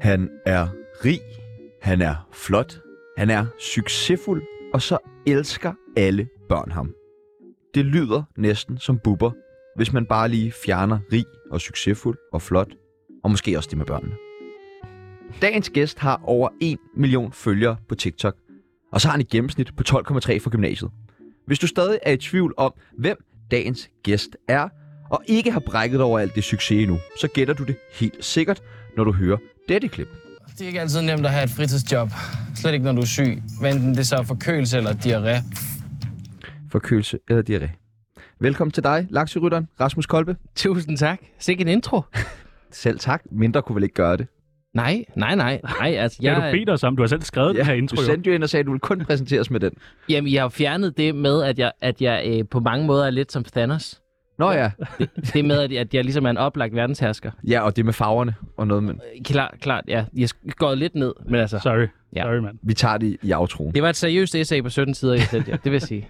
Han er rig, han er flot, han er succesfuld, og så elsker alle børn ham. Det lyder næsten som bubber, hvis man bare lige fjerner rig og succesfuld og flot, og måske også det med børnene. Dagens gæst har over 1 million følgere på TikTok, og så har han et gennemsnit på 12,3 fra gymnasiet. Hvis du stadig er i tvivl om, hvem dagens gæst er, og ikke har brækket dig over alt det succes endnu, så gætter du det helt sikkert, når du hører dette klip. Det er ikke altid nemt at have et fritidsjob. Slet ikke, når du er syg. Hvad enten det så er forkølelse eller diarré. Forkølelse eller diarré. Velkommen til dig, lakserytteren Rasmus Kolbe. Tusind tak. Sikke en intro. Selv tak. Mindre kunne vel ikke gøre det. Nej, nej, nej. nej altså, Ja, jeg, du bedt os om. Du har selv skrevet ja, den her intro. du jo. sendte jo ind og sagde, at du ville kun præsenteres med den. Jamen, jeg har jo fjernet det med, at jeg, at jeg øh, på mange måder er lidt som Thanos. Nå ja. Det med, at jeg, at jeg ligesom er en oplagt verdenshersker. Ja, og det med farverne og noget, men Øh, Klart, klart, ja. Jeg er gået lidt ned, men altså... Sorry. Ja. Ja. Sorry, mand. vi tager det i aftroen. Det var et seriøst essay på 17 sider, jeg sendte jer. Det vil jeg sige.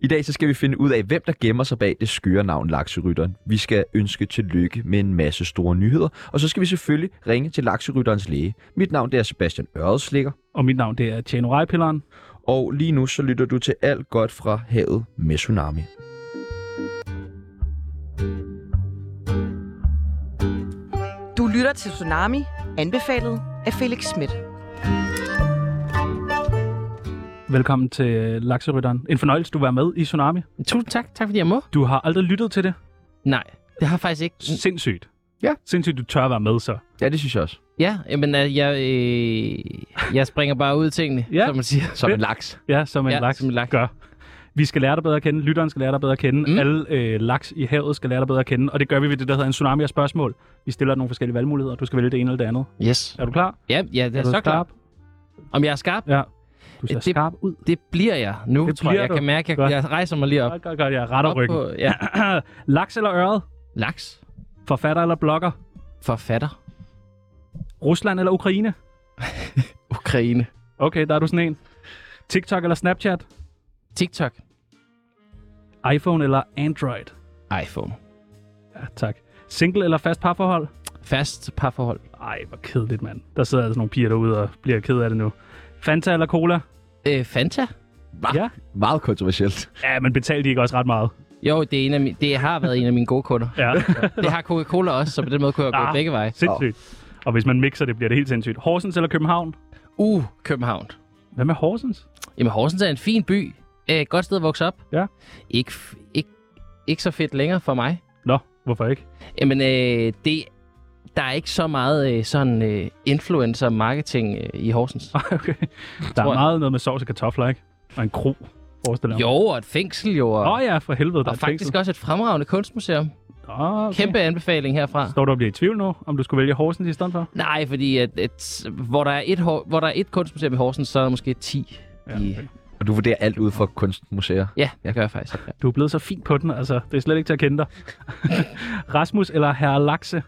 I dag så skal vi finde ud af, hvem der gemmer sig bag det skøre navn Lakserytteren. Vi skal ønske tillykke med en masse store nyheder, og så skal vi selvfølgelig ringe til Lakserytterens læge. Mit navn det er Sebastian Øreslikker, Og mit navn, det er Tjano Rejpilleren. og lige nu så lytter du til alt godt fra havet med tsunami. Du lytter til Tsunami, anbefalet af Felix Schmidt. Velkommen til øh, Lakserytteren. En fornøjelse, du var med i Tsunami. Tusind tak. Tak, fordi jeg må. Du har aldrig lyttet til det. Nej, det har jeg faktisk ikke. Sindssygt. Ja. Sindssygt, du tør at være med så. Ja, det synes jeg også. Ja, men jeg, øh, jeg springer bare ud i tingene, Ja. som man siger. Som en laks. Ja, som en Ja, laks som en laks. gør. Vi skal lære dig bedre at kende, lytteren skal lære dig bedre at kende, Mm. mm. alle øh, laks i havet skal lære dig bedre at kende, og det gør vi ved det, der hedder en tsunami af spørgsmål. Vi stiller dig nogle forskellige valgmuligheder, og du skal vælge det ene eller det andet. Yes. Er du klar? Ja, ja det er, du så klart. Om jeg er skarp? Ja. Du ser Det- det... skarp ud. Det bliver jeg nu, Det tror jeg. bliver Jeg du. kan mærke, at jeg, Godt. jeg rejser mig lige op. Godt, godt, godt. Jeg retter Op ryggen. På, ja. Laks eller øret? Laks. Forfatter eller blogger? Forfatter. Rusland eller Ukraine? Ukraine. Okay, der er du sådan en. TikTok eller Snapchat? TikTok. iPhone eller Android? iPhone. Ja, tak. Single eller fast parforhold? Fast parforhold. Ej, hvor kedeligt, mand. Der sidder altså nogle piger derude og bliver ked af det nu. Fanta eller cola? Øh, Fanta? Ah. Ja. Meget kontroversielt. Ja, men betalte de ikke også ret meget? Jo, det, er en af mine, det har været en af mine gode kunder. Ja, Det har Coca-Cola også, så på den måde kunne jeg gå Ah. begge veje. sindssygt. Og hvis man mixer det, bliver det helt sindssygt. Horsens eller København? Uh, København. Hvad med Horsens? Jamen, Horsens er en fin by. Øh, godt sted at vokse op. Ja. Ikke, f- ikke, ikke så fedt længere for mig. Nå, hvorfor ikke? Jamen, øh, det, der er ikke så meget øh, sådan øh, influencer-marketing øh, i Horsens. okay. Tror Der er jeg. meget noget med sovs og kartofler, ikke? Og en kro, forestiller jeg mig. Jo, og et fængsel jo. Og, Åh oh, ja, for helvede. der er og et faktisk fængsel. også et fremragende kunstmuseum. Åh, okay. Kæmpe anbefaling herfra. Står du og bliver i tvivl nu, om du skulle vælge Horsens i stedet for? Nej, fordi at, at, hvor, der er et, hår- hvor der er et kunstmuseum i Horsens, så er der måske 10 ja, i... okay. Og du vurderer alt ud fra kunstmuseer. Ja, det gør jeg faktisk. Ja. Du er blevet så fin på den, altså. Det er slet ikke til at kende dig. Rasmus eller Herre Lakse?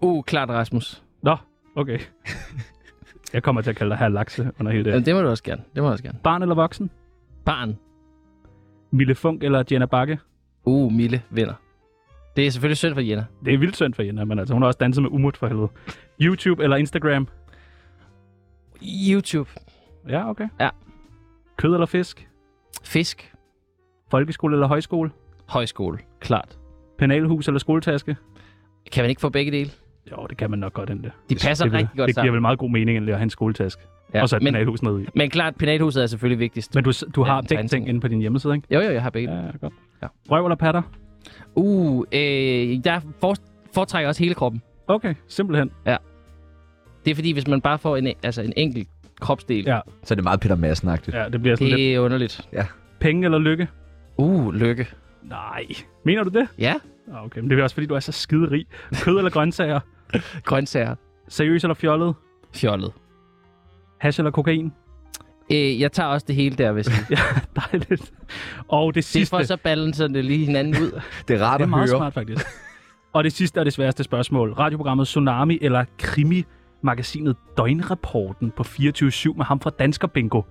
Uh, klart Rasmus. Nå, okay. Jeg kommer til at kalde dig Herre Lakse under hele det. Jamen, det må du også gerne. Det må du også gerne. Barn eller voksen? Barn. Mille Funk eller Jenna Bakke? Uh, Mille vinder. Det er selvfølgelig synd for Jenna. Det er vildt synd for Jenna, men altså, hun har også danset med Umut for helvede. YouTube eller Instagram? YouTube. Ja, okay. Ja. Kød eller fisk? Fisk. Folkeskole eller højskole? Højskole. Klart. Penalhus eller skoletaske? Kan man ikke få begge dele? Jo, det kan man nok godt endda. De passer det, vil- rigtig godt Det giver sammen. vel meget god mening egentlig at have en skoletaske. Ja, og så et men, penalhus nede i. men klart, penalhuset er selvfølgelig vigtigst. Men du, du har Ja, ja, en begge ting tegneserie. inde på din hjemmeside, ikke? Jo, jo, jeg har begge. Ja. godt. Ja. Røv eller patter? Uh, øh, jeg for, foretrækker også hele kroppen. Okay, simpelthen. Det er fordi, hvis man bare får en, altså en enkelt kropsdel, Ja, Så er det meget Peter madsen -agtigt. Ja, det bliver sådan lidt det er underligt. penge eller lykke. Uh, lykke. Nej. Mener du det? Ja, Ah, Okay, men det er også fordi, du er så skiderig. Kød eller grøntsager? grøntsager. Seriøs eller fjollet? Fjollet. Hash eller kokain? Øh, jeg tager også det hele der, hvis det Ja, dejligt. Og det er sidste. for, så balancer det lige hinanden ud. Det er rart det er at meget høre. smart, faktisk. og det sidste og det sværeste spørgsmål. Radioprogrammet Tsunami eller Krimi? magasinet Døgnrapporten på 24-7 med ham fra Dansker Bingo.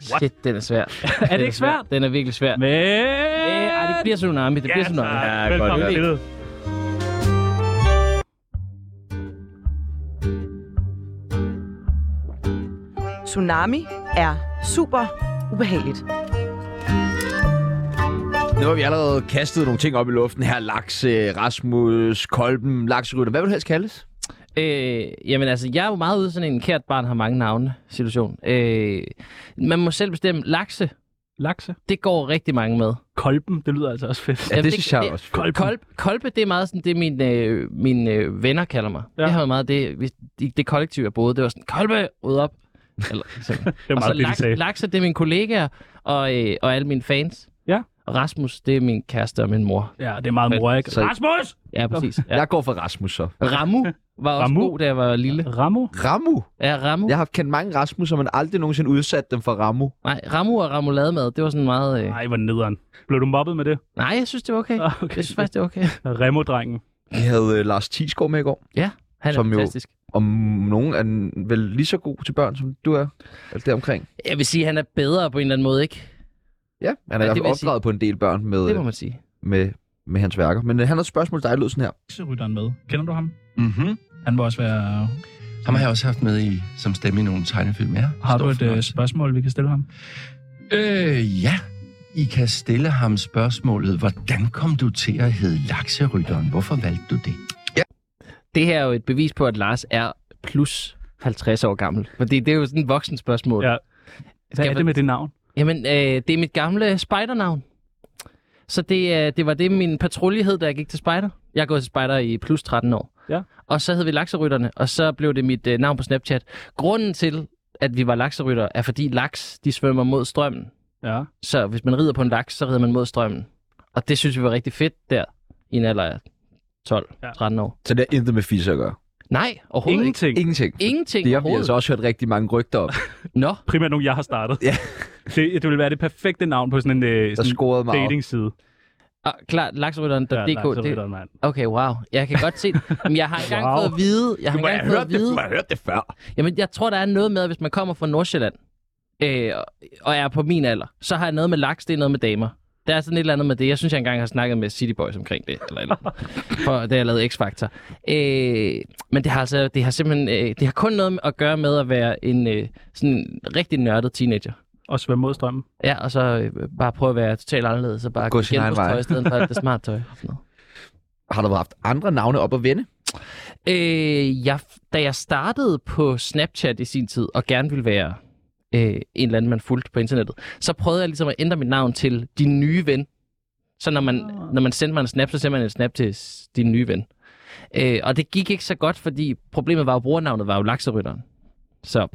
Shit, den er svær. Er det ikke svært? Den er virkelig svær. Men... altså. Øh, ej, det bliver tsunami, det bliver tsunami. tak. Ja, Velkommen godt, til ja. det. Tsunami er super ubehageligt. Nu har vi allerede kastet nogle ting op i luften her. Laks, øh, Rasmus, Kolben, lakserytter. Hvad vil du helst kaldes? Øh, jamen altså, jeg er jo meget ude i sådan en kært barn har mange navne situation. Øh, man må selv bestemme. Lakse, Lakse. det går rigtig mange med. Kolben, det lyder altså også fedt. Ja. Jamen, det- det- også. Kolben. Kolb, kolbe, det er meget sådan det, mine, øh, mine øh, venner kalder mig. Ja. Ja. Det har været meget det, hvis- i det kollektiv, jeg boede. Det var sådan, kolbe, ud op. Eller, sådan. Det er og så meget det, de sagde. Lakse, det er mine kollegaer og, øh, og alle mine fans. Ja. Og Rasmus, det er min kæreste og min mor. Ja, det er meget mor, ikke? Så- Rasmus! Ja, præcis. Ja. Ja. Jeg går for Rasmus så. Ramu var også Ramu? Ramu? god, da jeg var lille. Ramo? Ramu. Ja, Ramu. Jeg Ja. har kendt mange Rasmusser, men aldrig nogensinde udsat dem for Ramu. Nej, Ramu og Ramulademad, det var sådan meget... Øh... Nej, hvor nederen. Blev du mobbet med det? Nej, jeg synes, det var okay. Ah, Okay. Jeg synes faktisk, det var okay. Remo-drengen. Vi havde øh, Lars Tisgaard med i går, Han Som er Som jo- fantastisk. og nogen er vel lige så god til børn, som du er. Eller deromkring. Jeg vil sige, at han er bedre på en eller anden måde, ikke? Ja, han er Ja, ja, i hvert det vil fald jeg sige. opdraget på en del børn med, Det må øh, man sige. med, med hans værker. Men øh, han har et spørgsmål til dig, der lød sådan her. Lakserytteren med. Kender du ham? Mm-hmm. Han må også være... Ham har jeg også haft med i, som stemme i nogle tegnefilm. Ja, Har du Stor et øh, fornøjelse. spørgsmål, vi kan stille ham? Øh, ja. I kan stille ham spørgsmålet, hvordan kom du til at hedde lakserytteren? Hvorfor valgte du det? Det her er jo et bevis på, at Lars er plus 50 år gammel. Fordi det er jo sådan et voksen spørgsmål. Ja. jeg Hvad er det for- med det navn? Jamen, øh, det er mit gamle spejdernavn. Så det, øh, det var det, min patrulje hed, da jeg gik til spejder. Jeg er gået til spejder i plus 13 år. Ja. Og så hed vi lakserytterne, og så blev det mit øh, navn på Snapchat. Grunden til, at vi var lakserytter, er fordi laks, de svømmer mod strømmen. Ja. Så hvis man rider på en laks, så rider man mod strømmen. Og det synes vi var rigtig fedt der, i en alder af 12-13 Ja. år. Så det har intet med fisse at gøre. Nej, overhovedet ikke. Ingenting. Ingenting. Ingenting Det har vi overhovedet. altså også hørt rigtig mange rygter om. Nå, Primært nogen, jeg har startet. Ja. Det, det ville være det perfekte navn på sådan en øh, Der sådan scorede meget. dating-side. ah, klart, lakserytteren.dk. nej, så det- ved du, mand. Okay, wow. Jeg kan godt se det. Men jeg har engang Wow. wow. fået at vide... Jeg har engang fået at vide... have hørt det før. Jamen, jeg tror, der er noget med, at hvis man kommer fra Nordsjælland, øh, og- og er på min alder, så har jeg noget med laks, det er noget med damer. Der er sådan et eller andet med det. Jeg synes, jeg engang har snakket med City Boys omkring det, eller, et eller andet. for da jeg lavede X-Factor. Øh, men det har altså, det har simpelthen, øh, det har kun noget med- at gøre med at være en øh, sådan rigtig nørdet teenager. Og svømme mod strømmen. Ja, og så øh, bare prøve at være totalt anderledes, og bare Gå gå sin egen vej. genbrugstøj i stedet for alt det smart tøj. og sådan noget. Har der haft andre navne op at vende? Øh, jeg, da jeg startede på Snapchat i sin tid, og gerne ville være øh, en eller anden, man fulgte på internettet, så prøvede jeg ligesom at ændre mit navn til din nye ven. Så når man, når man sendte mig en snap, så sendte man en snap til s- din nye ven. Øh, og det gik ikke så godt, fordi problemet var jo, brugernavnet var jo lakserytteren. Så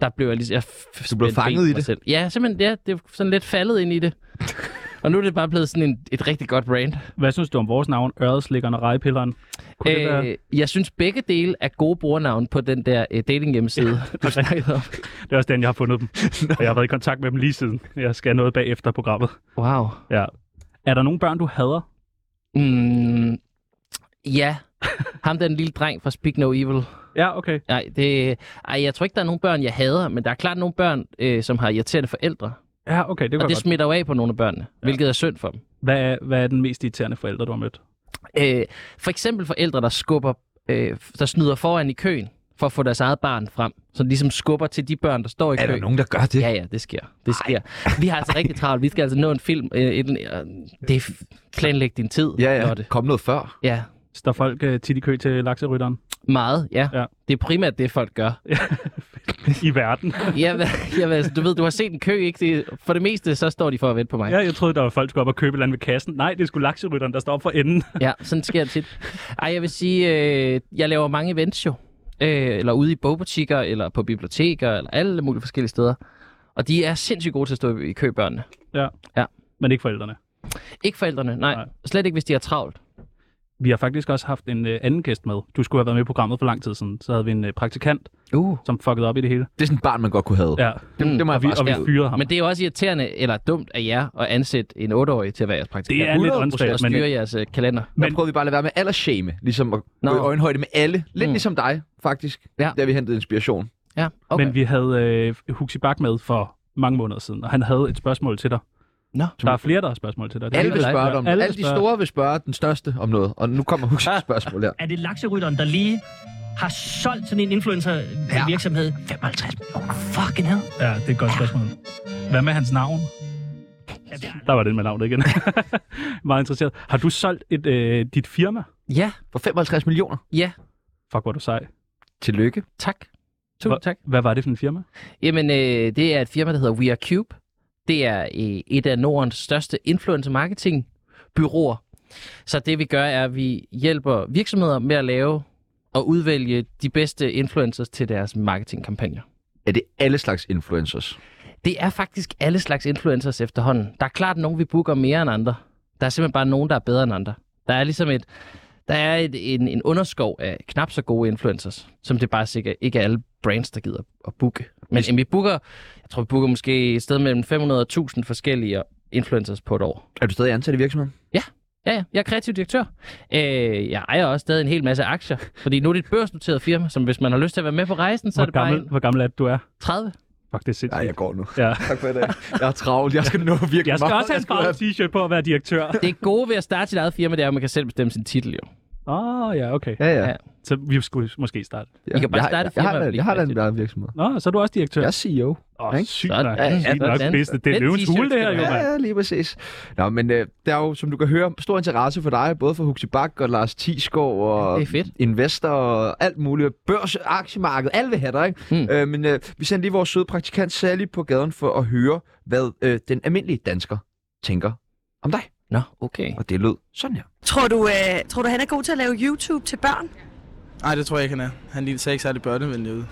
der blev jeg ligesom... Jeg f- Du blev spændte fanget ben i for mig det? Selv. Ja, simpelthen. Ja, det er sådan lidt faldet ind i det. og nu er det bare blevet sådan en, et rigtig godt brand. Hvad synes du om vores navn, Ørdeslikkeren og Rejepilleren? Kunne det være- Øh, jeg synes begge dele er gode brugernavn på den der øh, dating hjemmeside, du snakkede om. Det er også den, jeg har fundet dem. Og jeg har været i kontakt med dem lige siden. Jeg skal have noget bagefter programmet. Wow. Er der nogle børn, du hader? Mm, ja, ham den lille dreng fra Speak No Evil. Ja, okay. Nej, det, ej, jeg tror ikke, der er nogen børn, jeg hader, men der er klart nogle børn, øh, som har irriterende forældre. Ja, okay, det kan og jeg det godt. smitter jo af på nogle af børnene, ja. hvilket er synd for dem. Hvad er, hvad er den mest irriterende forælder, du har mødt? Øh, for eksempel forældre, der skubber, øh, der snyder foran i køen for at få deres eget barn frem. Så de ligesom skubber til de børn, der står i køen. der gør det? Ja, ja, det sker. Det sker. Vi har altså rigtig travlt. Vi skal altså nå en film. øh, et- øh, Det er f- planlæg din tid, Ja, ja. Lotte. Kom noget før. Ja, Står folk øh, tit i kø til lakserytteren meget, ja. Ja. ja. Det er primært det, folk gør. i verden? Ja, hva- ja, hva- altså, du ved, du har set en kø, ikke? Det, for det meste, så står de for at vente på mig. ja, jeg troede, der var folk, der skulle op og købe et eller andet ved kassen. Nej, det er sgu lakserytteren, der står op for enden. Ja, sådan sker det tit. Ej, jeg vil sige, øh, jeg laver mange events jo. Øh, eller ude i bogbutikker, eller på biblioteker, eller alle mulige forskellige steder. Og de er sindssygt gode til at stå i kø, børnene. Men ikke forældrene. Ikke forældrene, nej. Nej. nej. Slet ikke, hvis de har travlt. Vi har faktisk også haft en øh, anden gæst med. Du skulle have været med i programmet for lang tid siden. Så havde vi en øh, praktikant, Uh. som fuckede op i det hele. Det er sådan et barn, man godt kunne have. Ja, Det, det må og jeg vi, faktisk og vi sige. fyrede ham. Men det er jo også irriterende, eller dumt af jer, at ansætte en 8-årig til at være jeres praktikant. Det er lidt 100% åndssvagt, Og men styre jeres øh, kalender. Men Men- prøvede vi bare at lade være med aldersshame, ligesom at Nå. gå i øjenhøjde med alle. Lidt Mm. ligesom dig, faktisk, Ja. da vi hentede inspiration. Ja, Okay. okay. Men vi havde øh, Huxi Bak med for mange måneder siden, og han havde et spørgsmål til dig. Nå. Der er flere, der har spørgsmål til dig. Det er Alle vil ikke- spørge dig om Alle alle, vil alle de spørge. store vil spørge den største om noget. Og nu kommer Huxes spørgsmål her. Er det lakserytteren, der lige har solgt sådan en influencer-virksomhed? 55 millioner. Fucking hell. Ja, det er et godt spørgsmål. Hvad med hans navn? Der var den med navnet igen. Meget interesseret. Har du solgt et, øh, dit firma? Ja, For 55 millioner. Fuck, hvor er du sej. Tillykke. tak. Tusind tak. Hvad var det for en firma? Jamen, øh, det er et firma, der hedder We Are Cube. Det er øh, et af Nordens største influencer marketing byråer. Så det vi gør, er, at vi hjælper virksomheder med at lave og udvælge de bedste influencers til deres marketingkampagner. Er det alle slags influencers? Det er faktisk alle slags influencers efterhånden. Der er klart nogen, vi booker mere end andre. Der er simpelthen bare nogen, der er bedre end andre. Der er ligesom et, der er et, en, en underskov af knap så gode influencers, som det bare sikkert ikke er alle brands, der gider at booke. Men jamen, vi booker, jeg tror, vi booker måske et sted mellem 500 og 1000 forskellige influencers på et år. Er du stadig ansat i virksomheden? Ja, ja. Jeg er kreativ direktør. Øh, jeg ejer også stadig en hel masse aktier, fordi nu er det et børsnoteret firma, som hvis man har lyst til at være med på rejsen, så er Hvor det bare gammel, en hvor gammel er det, du er? 30. Fuck, det er sindssygt. Nej, jeg går nu. Ja. Tak for i dag. Jeg er travl. Jeg skal nå virkelig Jeg skal meget. også have en ud farvet t-shirt på at være direktør. Det gode ved at starte sit eget firma, det er, at man kan selv bestemme sin titel, jo. Åh, oh, ja, okay. Ja, ja. Ja. ja. Så vi skulle måske starte. I kan bare starte jeg, jeg, firma, har, da- hvis jeg har da I en vil. egen virksomhed. Nå, så er du også direktør. Jeg er E CEO. Åh, ikke? sygt Sådan. nok. Ja, ja, Sygt nok sådan. bedste. Det er Den løvens t-shirt hule, det her, skal jo, du have. mand. Ja, lige præcis. Nå, men øh, der er jo, som du kan høre, stor interesse for dig, både for Huxi Bak og Lars Tisgaard og Det er fedt. investor og alt muligt. Børs, aktiemarked, alle vil have dig, ikke? Mm. Mm. Øh, men øh, vi sender lige vores søde praktikant Sally på gaden for at høre, hvad øh, den almindelige dansker tænker om dig. Nå, okay. Og det lød sådan her. Tror du, øh, tror du, han er god til at lave YouTube til børn? Nej, det tror jeg ikke, han er. Han lige ser ikke særlig børnevenlig ud.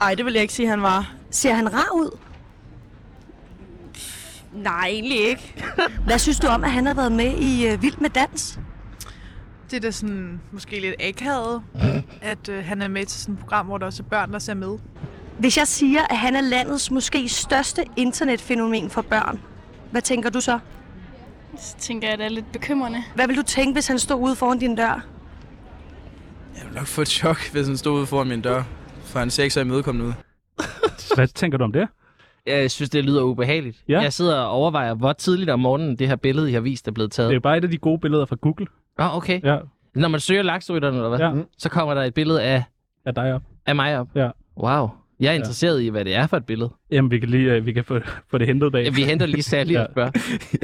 Nej, det vil jeg ikke sige, han var. Ser han rar ud? Nej, egentlig ikke. Hvad synes du om, at han har været med i øh, Vild med Dans? Det er da sådan, måske lidt akavet, at øh, han er med til sådan et program, hvor der også er børn, der ser med. Hvis jeg siger, at han er landets måske største internetfænomen for børn, hvad tænker du så? Så tænker jeg, at det er lidt bekymrende. Hvad vil du tænke, hvis han stod ude foran din dør? Jeg ville nok få et chok, hvis han stod ude foran min dør. For han ser ikke så imødekommende ud. Hvad tænker du om det? Jeg synes, det lyder ubehageligt. Ja. Jeg sidder og overvejer, hvor tidligt om morgenen det her billede, I har vist, er blevet taget. Det er Åh, jo bare et af de gode billeder fra Google. oh, okay. Ja, Når man søger lakserytterne, eller hvad, Ja. ja. så kommer der et billede af, af dig op. af mig op. Ja. Wow. Jeg er interesseret ja. i, hvad det er for et billede. Jamen, vi kan lige øh, vi kan få, få det hentet bag. Vi henter lige Sally Ja. og spørger.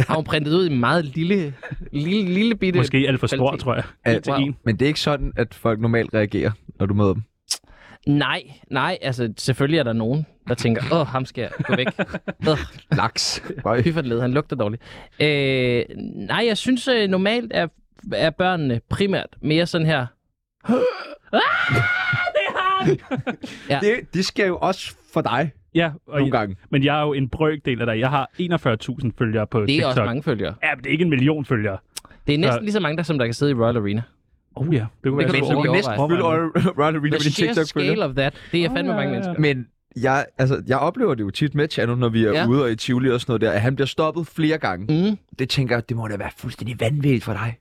Har hun printet ud i en meget lille, lille, lille bitte... Måske alt for stor, kvalitet. tror jeg. Ja, til wow. en. Men det er ikke sådan, at folk normalt reagerer, når du møder dem. Nej, nej. Altså, selvfølgelig er der nogen, der tænker, åh, ham skal jeg gå væk. Åh, Laks. Bøj. Fy for det led, han lugter dårligt. Øh, nej, jeg synes øh, normalt er, er børnene primært mere sådan her... Det, det sker jo også for dig Ja, og nogle gange. men jeg er jo en brøkdel af dig. Jeg har 41.000 følgere på Det er TikTok. også mange følgere. Ja, men det er ikke en million følgere. Det er næsten Så- lige så mange, der, som der kan sidde i Royal Arena. Oh ja, det kunne Det være kan sjovt. du overveje. Fylde Ronald Reed The med din sheer tiktok scale of that, det er Åh, fandme ja, mange ja, ja. mennesker. Men jeg, altså, jeg oplever det jo tit med Chano, når vi er Ja. ja. ude og i Tivoli og sådan noget der, at han bliver stoppet flere gange. Mm. Det tænker jeg, det må da være fuldstændig vanvittigt for dig.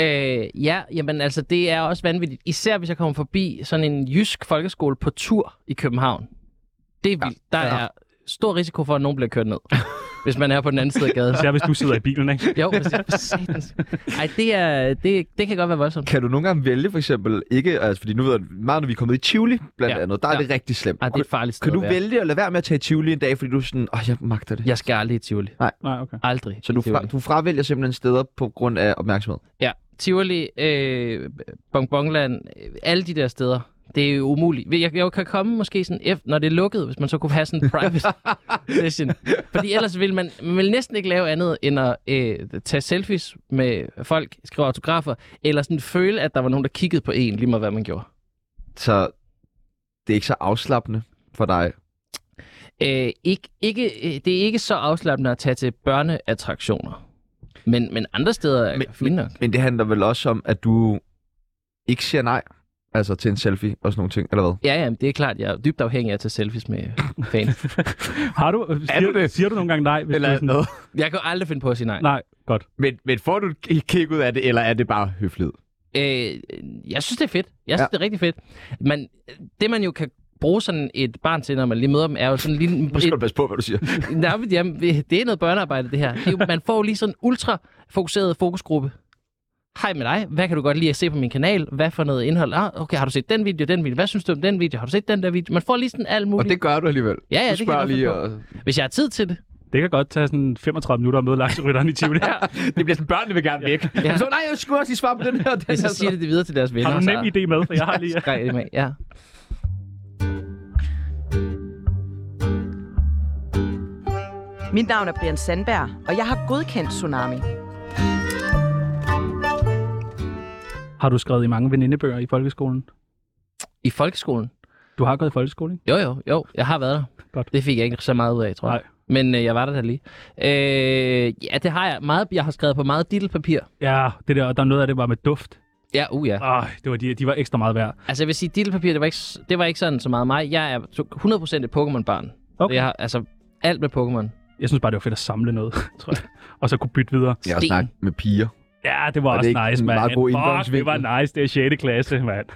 Øh, ja, jamen altså, det er også vanvittigt. Især hvis jeg kommer forbi sådan en jysk folkeskole på tur i København. Det er vildt. Der er stor risiko for, at nogen bliver kørt ned, hvis man er på den anden side af gaden. Især hvis du sidder i bilen, ikke? Jo, for satans. Ej, det, er, det, det kan godt være voldsomt. Kan du nogle gange vælge for eksempel ikke, altså, fordi nu ved jeg, meget når vi er kommet i Tivoli blandt Ja. ja. andet, der er Ja. ja. det rigtig slemt. Ej, det er et farligt sted kan du at være. vælge at lade være med at tage i Tivoli en dag, fordi du er sådan, åh, jeg magter det. Jeg skal aldrig i Tivoli. Nej, okay. Aldrig Så i du, Tivoli. fra, du fravælger simpelthen steder på grund af opmærksomhed. Ja, Tivoli, øh, Bongbongland, øh, alle de der steder. Det er jo umuligt. Jeg, jeg kan komme måske sådan, efter, når det er lukket, hvis man så kunne have sådan en private session. Fordi ellers vil man, man vil næsten ikke lave andet, end at øh, tage selfies med folk, skrive autografer, eller sådan føle, at der var nogen, der kiggede på en, lige meget hvad man gjorde. Så det er ikke så afslappende for dig. Øh, ikke, ikke, øh, det er ikke så afslappende at tage til børneattraktioner. Men, men andre steder er Men- fint nok. Men det handler vel også om, at du ikke siger nej altså til en selfie og sådan nogle ting, eller hvad? Ja, ja, men det er klart, jeg er dybt afhængig af at tage selfies med fans. Har du, Er øh, du siger, det? siger du nogle gange nej? Hvis du er sådan, noget. Jeg kan jo aldrig finde på at sige nej. Nej, godt. Men, men får du et kig ud af det, eller er det bare høflighed? Øh, jeg synes, det er fedt. Jeg synes, ja. Ja. det er rigtig fedt. Men øh, det, man jo kan bruge sådan et barn til, når man lige møder dem, er jo sådan lige... Nu skal du passe på, hvad du siger. Nej, men jamen, det er noget børnearbejde, det her. Det er jo, man får lige sådan en ultra-fokuseret fokusgruppe. Hej med dig. Hvad kan du godt lide at se på min kanal? Hvad for noget indhold? Ah, okay, har du set den video, den video? Hvad synes du om den video? Har du set den der video? Man får lige sådan alt Og muligt. det gør du alligevel. Ja, du ja, det kan jeg spørger godt lige, finde og... Hvis jeg har tid til det. Det kan godt tage sådan 35 minutter at møde lakserytteren i Tivoli. det bliver sådan, børnene vil gerne væk. Ja. Så, nej, jeg skulle også lige svare på den her. Den Hvis jeg siger det, det videre til deres venner. Har du en nem så- idé med, for jeg har lige... Ja, skræk det med, ja. Mit navn er Brian Sandberg, og jeg har godkendt Tsunami. Har du skrevet i mange venindebøger i folkeskolen? I folkeskolen? Du har gået i folkeskole, ikke? Jo, jo, jo. Jeg har været der. Godt. Det fik jeg ikke så meget ud af, tror jeg. Nej. Men øh, jeg var der da lige. Øh, ja, det har jeg. Meget, jeg har skrevet på meget dillepapir. Ja, det der, og der er noget af det var med duft. Ja, uh, ja. Ej, det var de, de var ekstra meget værd. Altså, jeg vil sige, dillepapir, det var ikke, s- det var ikke sådan så meget mig. Jeg er to- 100% et Pokémon-barn. Okay. Så Jeg har altså alt med Pokémon. Jeg synes bare, det var fedt at samle noget, tror jeg. Og så kunne bytte videre. Jeg har snakket med piger. Ja, det var Er det også ikke nice, en mand. meget god Fuck, det indgangsvinkel? var nice. Det er 6. klasse, mand.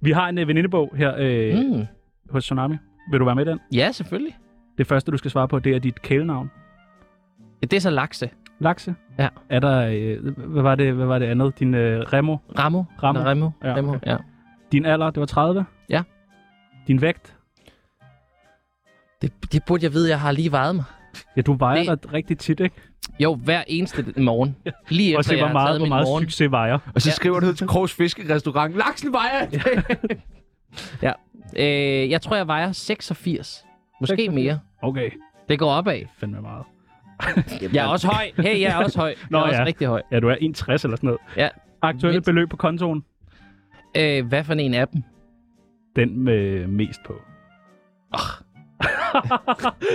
Vi har en øh, venindebog her øh, Mm. hos Tsunami. Vil du være med i den? Ja, selvfølgelig. Det første, du skal svare på, det er dit kælenavn. Ja, Det er så lakse. Lakse. Ja. Er der, øh, hvad, var det, hvad var det andet? Din øh, Remo? Ramo. Ramo. Nå, Remo. Ja. Remo, ja. Din alder, det var 30? Ja. Din vægt? Det, det burde jeg vide, jeg har lige vejet mig. Ja, du vejer Det- dig rigtig tit, ikke? Jo, hver eneste morgen. Lige Prøv at efter, se, jeg hvor har meget, taget hvor min meget morgen. succes vejer. Og så Ja. skriver du til Krogs Fiskerestaurant, laksen vejer! Ja. Øh, jeg tror, jeg vejer 86. Måske 86. mere. Okay, Det går opad. fandme meget. Jeg er også høj. Hey, jeg er også høj. Nå, jeg er også ja. rigtig høj. Ja, du er 61 eller sådan noget. Ja. Aktuelle Mindst. beløb på kontoen? Øh, hvad for en af dem? Den med mest på.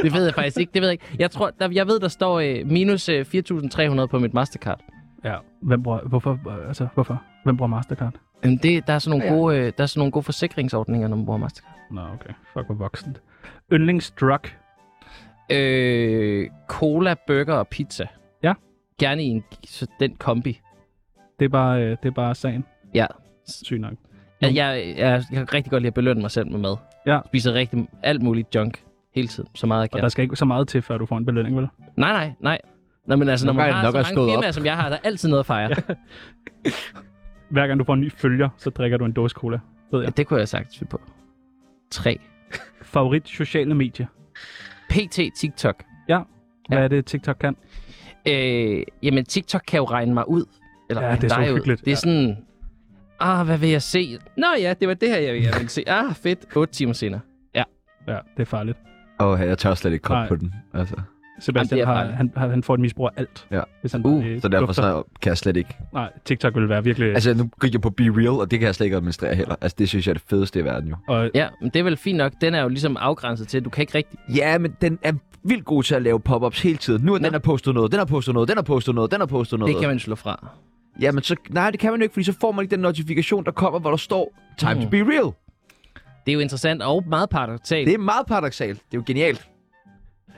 Det ved jeg faktisk ikke. Det ved jeg ikke. Jeg, tror, der, jeg ved, der står øh, minus øh, 4.300 på mit Mastercard. Ja. Hvem bruger, hvorfor, øh, altså, hvorfor? Hvem bruger Mastercard? Jamen, det, der, er sådan nogle gode, øh, der er sådan nogle gode forsikringsordninger, når man bruger Mastercard. Nå, okay. Fuck, hvor voksent. Yndlingsdrug. Øh, cola, burger og pizza. Ja. Gerne i en, så den kombi. Det er bare, øh, det er bare sagen. Ja. Sygt nok. Jeg, Altså, jeg, jeg, jeg kan rigtig godt lide at belønne mig selv med mad. Ja. Spiser rigtig alt muligt junk hele tiden, så meget jeg Og kan. der skal ikke så meget til, før du får en belønning, vel? Nej, nej, nej. Nå, men altså, når Nogle man gange nok har så er mange stået op. firmaer, som jeg har, der er altid noget at fejre. Hver gang du får en ny følger, så drikker du en dåse cola. Ved Ja. jeg. Det kunne jeg sagtens finde på. 3. Favorit sociale medie. PT TikTok. Hvad Ja. er det, TikTok kan? Øh, jamen, TikTok kan jo regne mig ud. Eller, Ja, regne det er så dig ud. uhyggeligt, Det er ja. sådan, ah, hvad vil jeg se? Nå ja, det var det her, jeg ville jeg ville se. Ah, fedt. 8 timer senere. Ja, det er farligt. Åh, oh, jeg tør slet ikke komme Nej. på den. Altså. Sebastian Jamen, det er har, farligt. han, han får et misbrug af alt. Ja. Hvis han Uh, øh, Så derfor dufter. så kan jeg slet ikke. Nej, TikTok vil være virkelig... Altså, nu gik jeg på Be Real, og det kan jeg slet ikke administrere heller. Altså, det synes jeg er det fedeste i verden, jo. og, Ja, men det er vel fint nok. Den er jo ligesom afgrænset til, at du kan ikke rigtig... Ja, men den er vildt god til at lave pop-ups hele tiden. Nu er den har postet noget, den har postet noget, den har postet noget, den har postet noget. Det kan man slå fra. Jamen, så, nej, det kan man jo ikke, fordi så får man ikke den notifikation, der kommer, hvor der står, time mm. to be real. Det er jo interessant og meget paradoxalt. Det er meget paradoxalt. Det er jo genialt.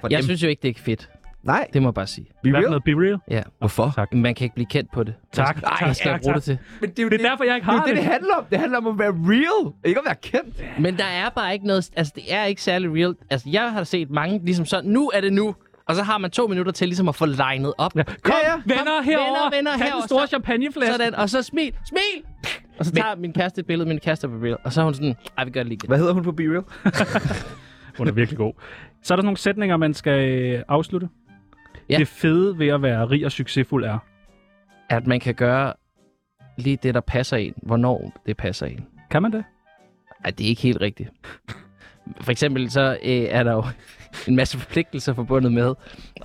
For Jeg dem. synes jo ikke, det er fedt. Nej, Det må jeg bare sige. be Hvad for real. noget? Be real? Ja. Hvorfor? Tak. Man kan ikke blive kendt på det. Tak. Hvad tak, skal- Hvad skal jeg tak, bruge tak. det til? Men det er jo Det er derfor, jeg ikke har det, det handler om. Det handler om at være real. Ikke at være kendt. Men der er bare ikke noget... Altså, det er ikke særlig real. Altså, jeg har set mange ligesom sådan... Nu er det nu! Og så har man to minutter til ligesom at få legnet op. Ja. Kom, Ja, ja. venner herover. venner, venner Tag herover. den store Så- champagneflaske. Sådan, og så smil, smil! Og så tager min kæreste et billede, min kæreste på billede, og så er hun sådan, ej, vi gør det lige igen. Hvad hedder hun på Be Real? Hun er virkelig god. Så er der nogle sætninger, man skal øh, afslutte. Ja. Det fede ved at være rig og succesfuld er. At man kan gøre lige det, der passer en, hvornår det passer en. Kan man det? Ej, det er ikke helt rigtigt. For eksempel så øh, er der jo en masse forpligtelser forbundet med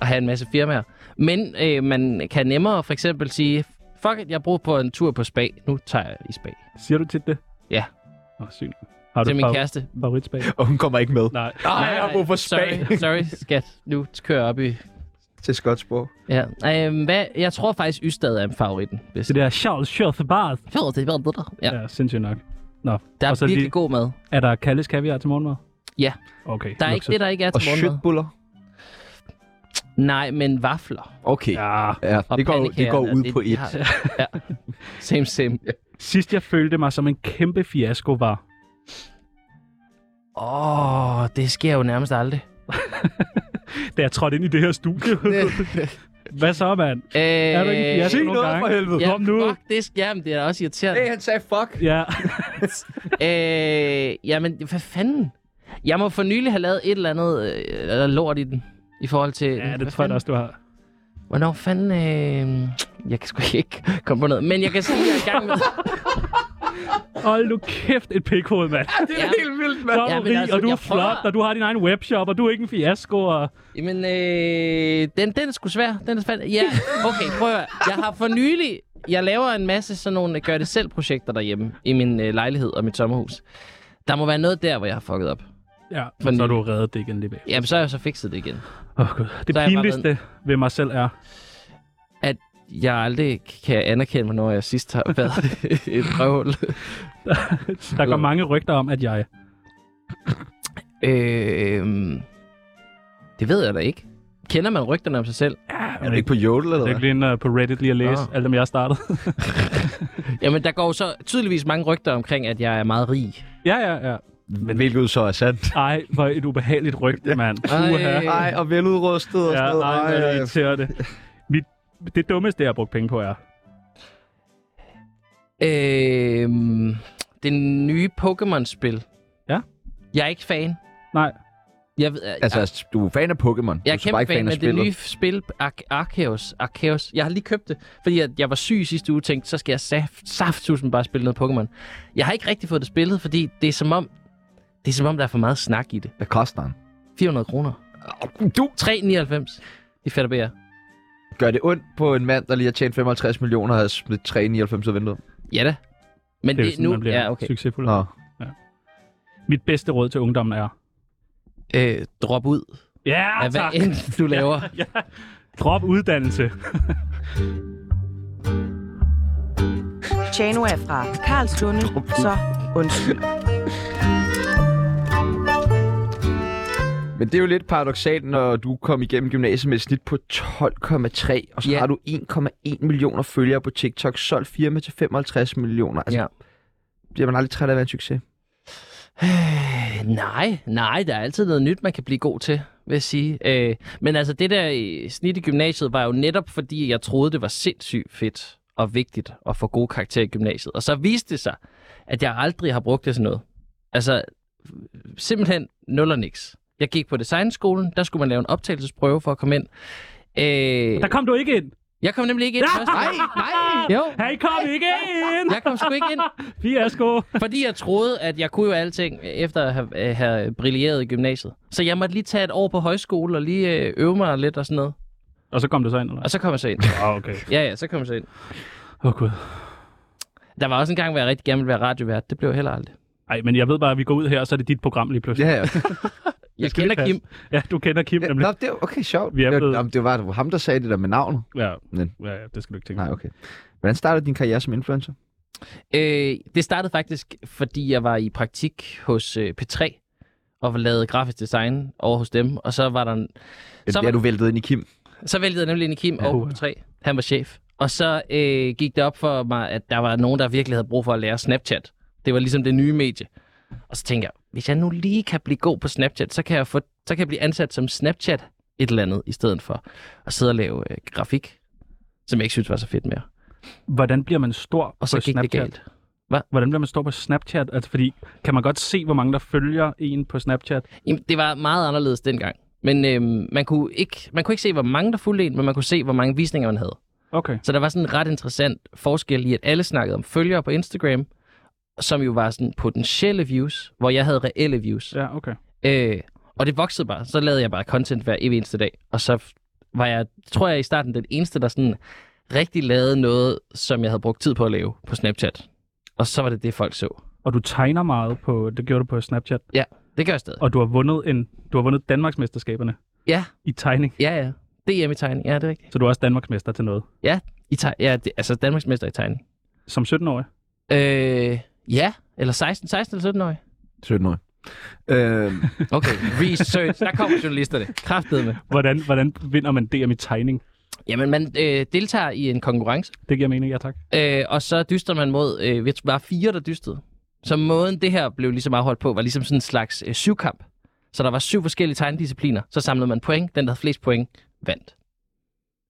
at have en masse firmaer. Men øh, man kan nemmere for eksempel sige, fuck it, jeg bruger på en tur på spa, nu tager jeg i spa. Siger du tit det? Ja. Nå, sygt. Har du Til min favor- kæreste. favoritspag? Og hun kommer ikke med. Nej. Nej, jeg har brug for spa. Sorry, sorry, skat. Nu kører jeg op i... Til Skotsborg. Ja. Øh, hvad, jeg tror faktisk, Ystad er favoritten. Hvis Det der Charles Schurz Jo, det er bare det der. Ja. Ja, sindssygt nok. Nå, Der og er så virkelig lige- god mad. er der Kalles kaviar til morgenmad? Ja. Okay. Der er ikke det, der ikke er Og til morgenmad. shitbuller. Nej, men vafler. Okay. Ja. Ja, Og det går, det pandekager, går ud det- på de et. har- Ja. Same, same. Sidst jeg følte mig som en kæmpe fiasko var... Åh, oh, det sker jo nærmest aldrig. da jeg trådte ind i det her studie. Hvad så, mand? Øh, er du ikke ja, sig noget gange? for helvede. Kom nu. Fuck, det, jamen, det er da også irriterende. Det, han sagde fuck. Ja. øh, jamen, hvad fanden? Jeg må for nylig have lavet et eller andet øh, eller lort i den, i forhold til... Ja, det tror jeg da også, du har. Hvornår fanden... Øh, jeg kan sgu ikke komme på noget. Men jeg kan sige, at jeg er i gang med... Hold nu kæft, et pikhoved, mand. Ja, det er helt vildt, Så er Ja, du men rig, altså, og du er jeg prøver. flot, og du har din egen webshop, og du er ikke en fiasko. Og... Jamen, øh, den, den er sgu svær. Den er svær. Ja, okay, prøv at høre. Jeg har for nylig... Jeg laver en masse sådan nogle gør-det-selv-projekter derhjemme i min øh, lejlighed og mit sommerhus. Der må være noget der, hvor jeg har fucket op. Ja, Fordi- men når du har reddet det igen lige bag. Jamen, så har jeg så fikset det igen. Åh, oh, Gud. Det Så er jeg bare pinligste ved mig selv er... At jeg aldrig kan anerkende, hvornår jeg sidst har været et røvhul. Der går mange rygter om, at jeg... Øh, det ved jeg da ikke. Kender man rygterne om sig selv? Er du ikke på jodel, eller Jeg hvad? kan lige ind øh, på Reddit lige at læse Nå. alt dem, jeg har startet. Jamen, der går jo så tydeligvis mange rygter omkring, at jeg er meget rig. ja, ja, ja. Men hvilket så er sandt. Ej, hvor et ubehageligt rygte, mand. Uha. Øh. Ej, og veludrustet og sådan Ja, noget. nej, Ej, nej, det ej. irriterer det. Mit, det dummeste, jeg har brugt penge på, er... Øh, det nye Pokémon-spil. Ja. Jeg er ikke fan. Nej. Jeg, ved, jeg, Altså, jeg, altså, du er fan af Pokémon. jeg er du så bare kæmpe ikke fan fan af af det spillet. nye spil Ar- Arceus. Arceus. Jeg har lige købt det, fordi jeg, jeg var syg sidste uge og tænkte, så skal jeg saft, saftsusen bare spille noget Pokémon. Jeg har ikke rigtig fået det spillet, fordi det er som om, det er som om, der er for meget snak i det. Hvad koster den? 400 kroner. Du 3,99 i fatter bære. gør det ondt på en mand, der lige har tjent 55 millioner og har smidt 399 ud af vinduet. Ja da. Men det, Det er jo det sådan, nu... man bliver Ja, okay. succesfuld. Nå. Mit bedste råd til ungdommen er... Øh, drop ud Ja, af hvad Ah, tak! end du laver. Drop uddannelse. Tjano er fra Karlslunde, så undskyld. Men det er jo lidt paradoxalt, når du kom igennem gymnasiet med et snit på 12,3, og så Ja. har du 1,1 millioner følgere på TikTok, solgt firma til 55 millioner. Altså, Ja. bliver man aldrig træt af at være en succes? Øh, nej, nej, der er altid noget nyt, man kan blive god til, vil jeg sige. Øh, men altså, det der øh, snit i gymnasiet var jo netop, fordi jeg troede, det var sindssygt fedt og vigtigt at få gode karakterer i gymnasiet. Og så viste det sig, at jeg aldrig har brugt det til noget. Altså, simpelthen nul og niks. Jeg gik på designskolen, der skulle man lave en optagelsesprøve for at komme ind. Øh, Der kom du ikke ind! jeg kom nemlig ikke ind først. Nej, nej! Jo, Han kom ikke ind! jeg kom sgu ikke ind. Fiasko! Fordi jeg troede, at jeg kunne jo alting øh, efter at have, øh, have brilleret i gymnasiet. Så jeg måtte lige tage et år på højskole og lige øh, øve mig lidt og sådan noget. Og så kom du så ind, eller? Og så kom jeg så ind. Ah, okay. Ja, ja, så kom jeg så ind. Åh, oh, Gud. Der var også en gang, hvor jeg rigtig gerne ville være radiovært. Det blev jeg heller aldrig. Ej, men jeg ved bare, at vi går ud her, og så er det dit program lige pludselig. Ja, ja. Jeg skal vi kender Kim. passe. Ja, du kender Kim ja nemlig. nå, det var, okay, sjovt. Vi er Det var- blevet- nå, men det var ham, der sagde det der med navnet. Ja, Men- ja, ja det skal du ikke tænke Nej, på. okay. Hvordan startede din karriere som influencer? Øh, det startede faktisk, fordi jeg var i praktik hos øh, P3 og lavede grafisk design over hos dem. Og så var der en... Så Så, er du væltet ind i Kim. så væltede jeg nemlig ind i Kim ja, over på P3. Han var chef. Og så øh, gik det op for mig, at der var nogen, der virkelig havde brug for at lære Snapchat. Det var ligesom det nye medie. Og så tænkte jeg, hvis jeg nu lige kan blive god på Snapchat, så kan jeg, få, så kan jeg blive ansat som Snapchat et eller andet, i stedet for at sidde og lave øh, grafik, som jeg ikke synes var så fedt mere. Hvordan bliver man stor Og så på gik Snapchat? det galt. Hvordan bliver man stor på Snapchat? Altså, fordi kan man godt se, hvor mange der følger en på Snapchat? Jamen, det var meget anderledes dengang. Men øhm, man, kunne ikke, man kunne ikke se, hvor mange der fulgte en, men man kunne se, hvor mange visninger man havde. Okay. Så der var sådan en ret interessant forskel i, at alle snakkede om følgere på Instagram, som jo var sådan potentielle views, hvor jeg havde reelle views. Ja. Ja, okay. Øh, og det voksede bare. Så lavede jeg bare content hver evig eneste dag. Og så f- var jeg, tror jeg i starten, den eneste, der sådan rigtig lavede noget, som jeg havde brugt tid på at lave på Snapchat. Og så var det det, folk så. Og du tegner meget på, det gjorde du på Snapchat, Det gør jeg stadig. og du har vundet, en, du har vundet Danmarksmesterskaberne Ja, i tegning. ja, ja. DM i tegning. Ja, det er rigtigt. Så du er også Danmarksmester til noget. I teg- ja, det, altså Danmarks mester i tegning. Som 17-årig. Øh, ja, eller 16, 16 eller 17 år. 17 år. Øh, Okay, research. Der kommer journalisterne. Kræftede med. Hvordan, hvordan vinder man DM i tegning? Jamen, man øh, deltager i en konkurrence, Det giver mening, ja tak. øh, og så dyster man mod... Øh, jeg tror, der var fire, der dystede. Så måden det her blev ligesom afholdt på, var ligesom sådan en slags øh, syvkamp. Så der var syv forskellige tegndiscipliner. Så samlede man point. Den, der havde flest point, vandt.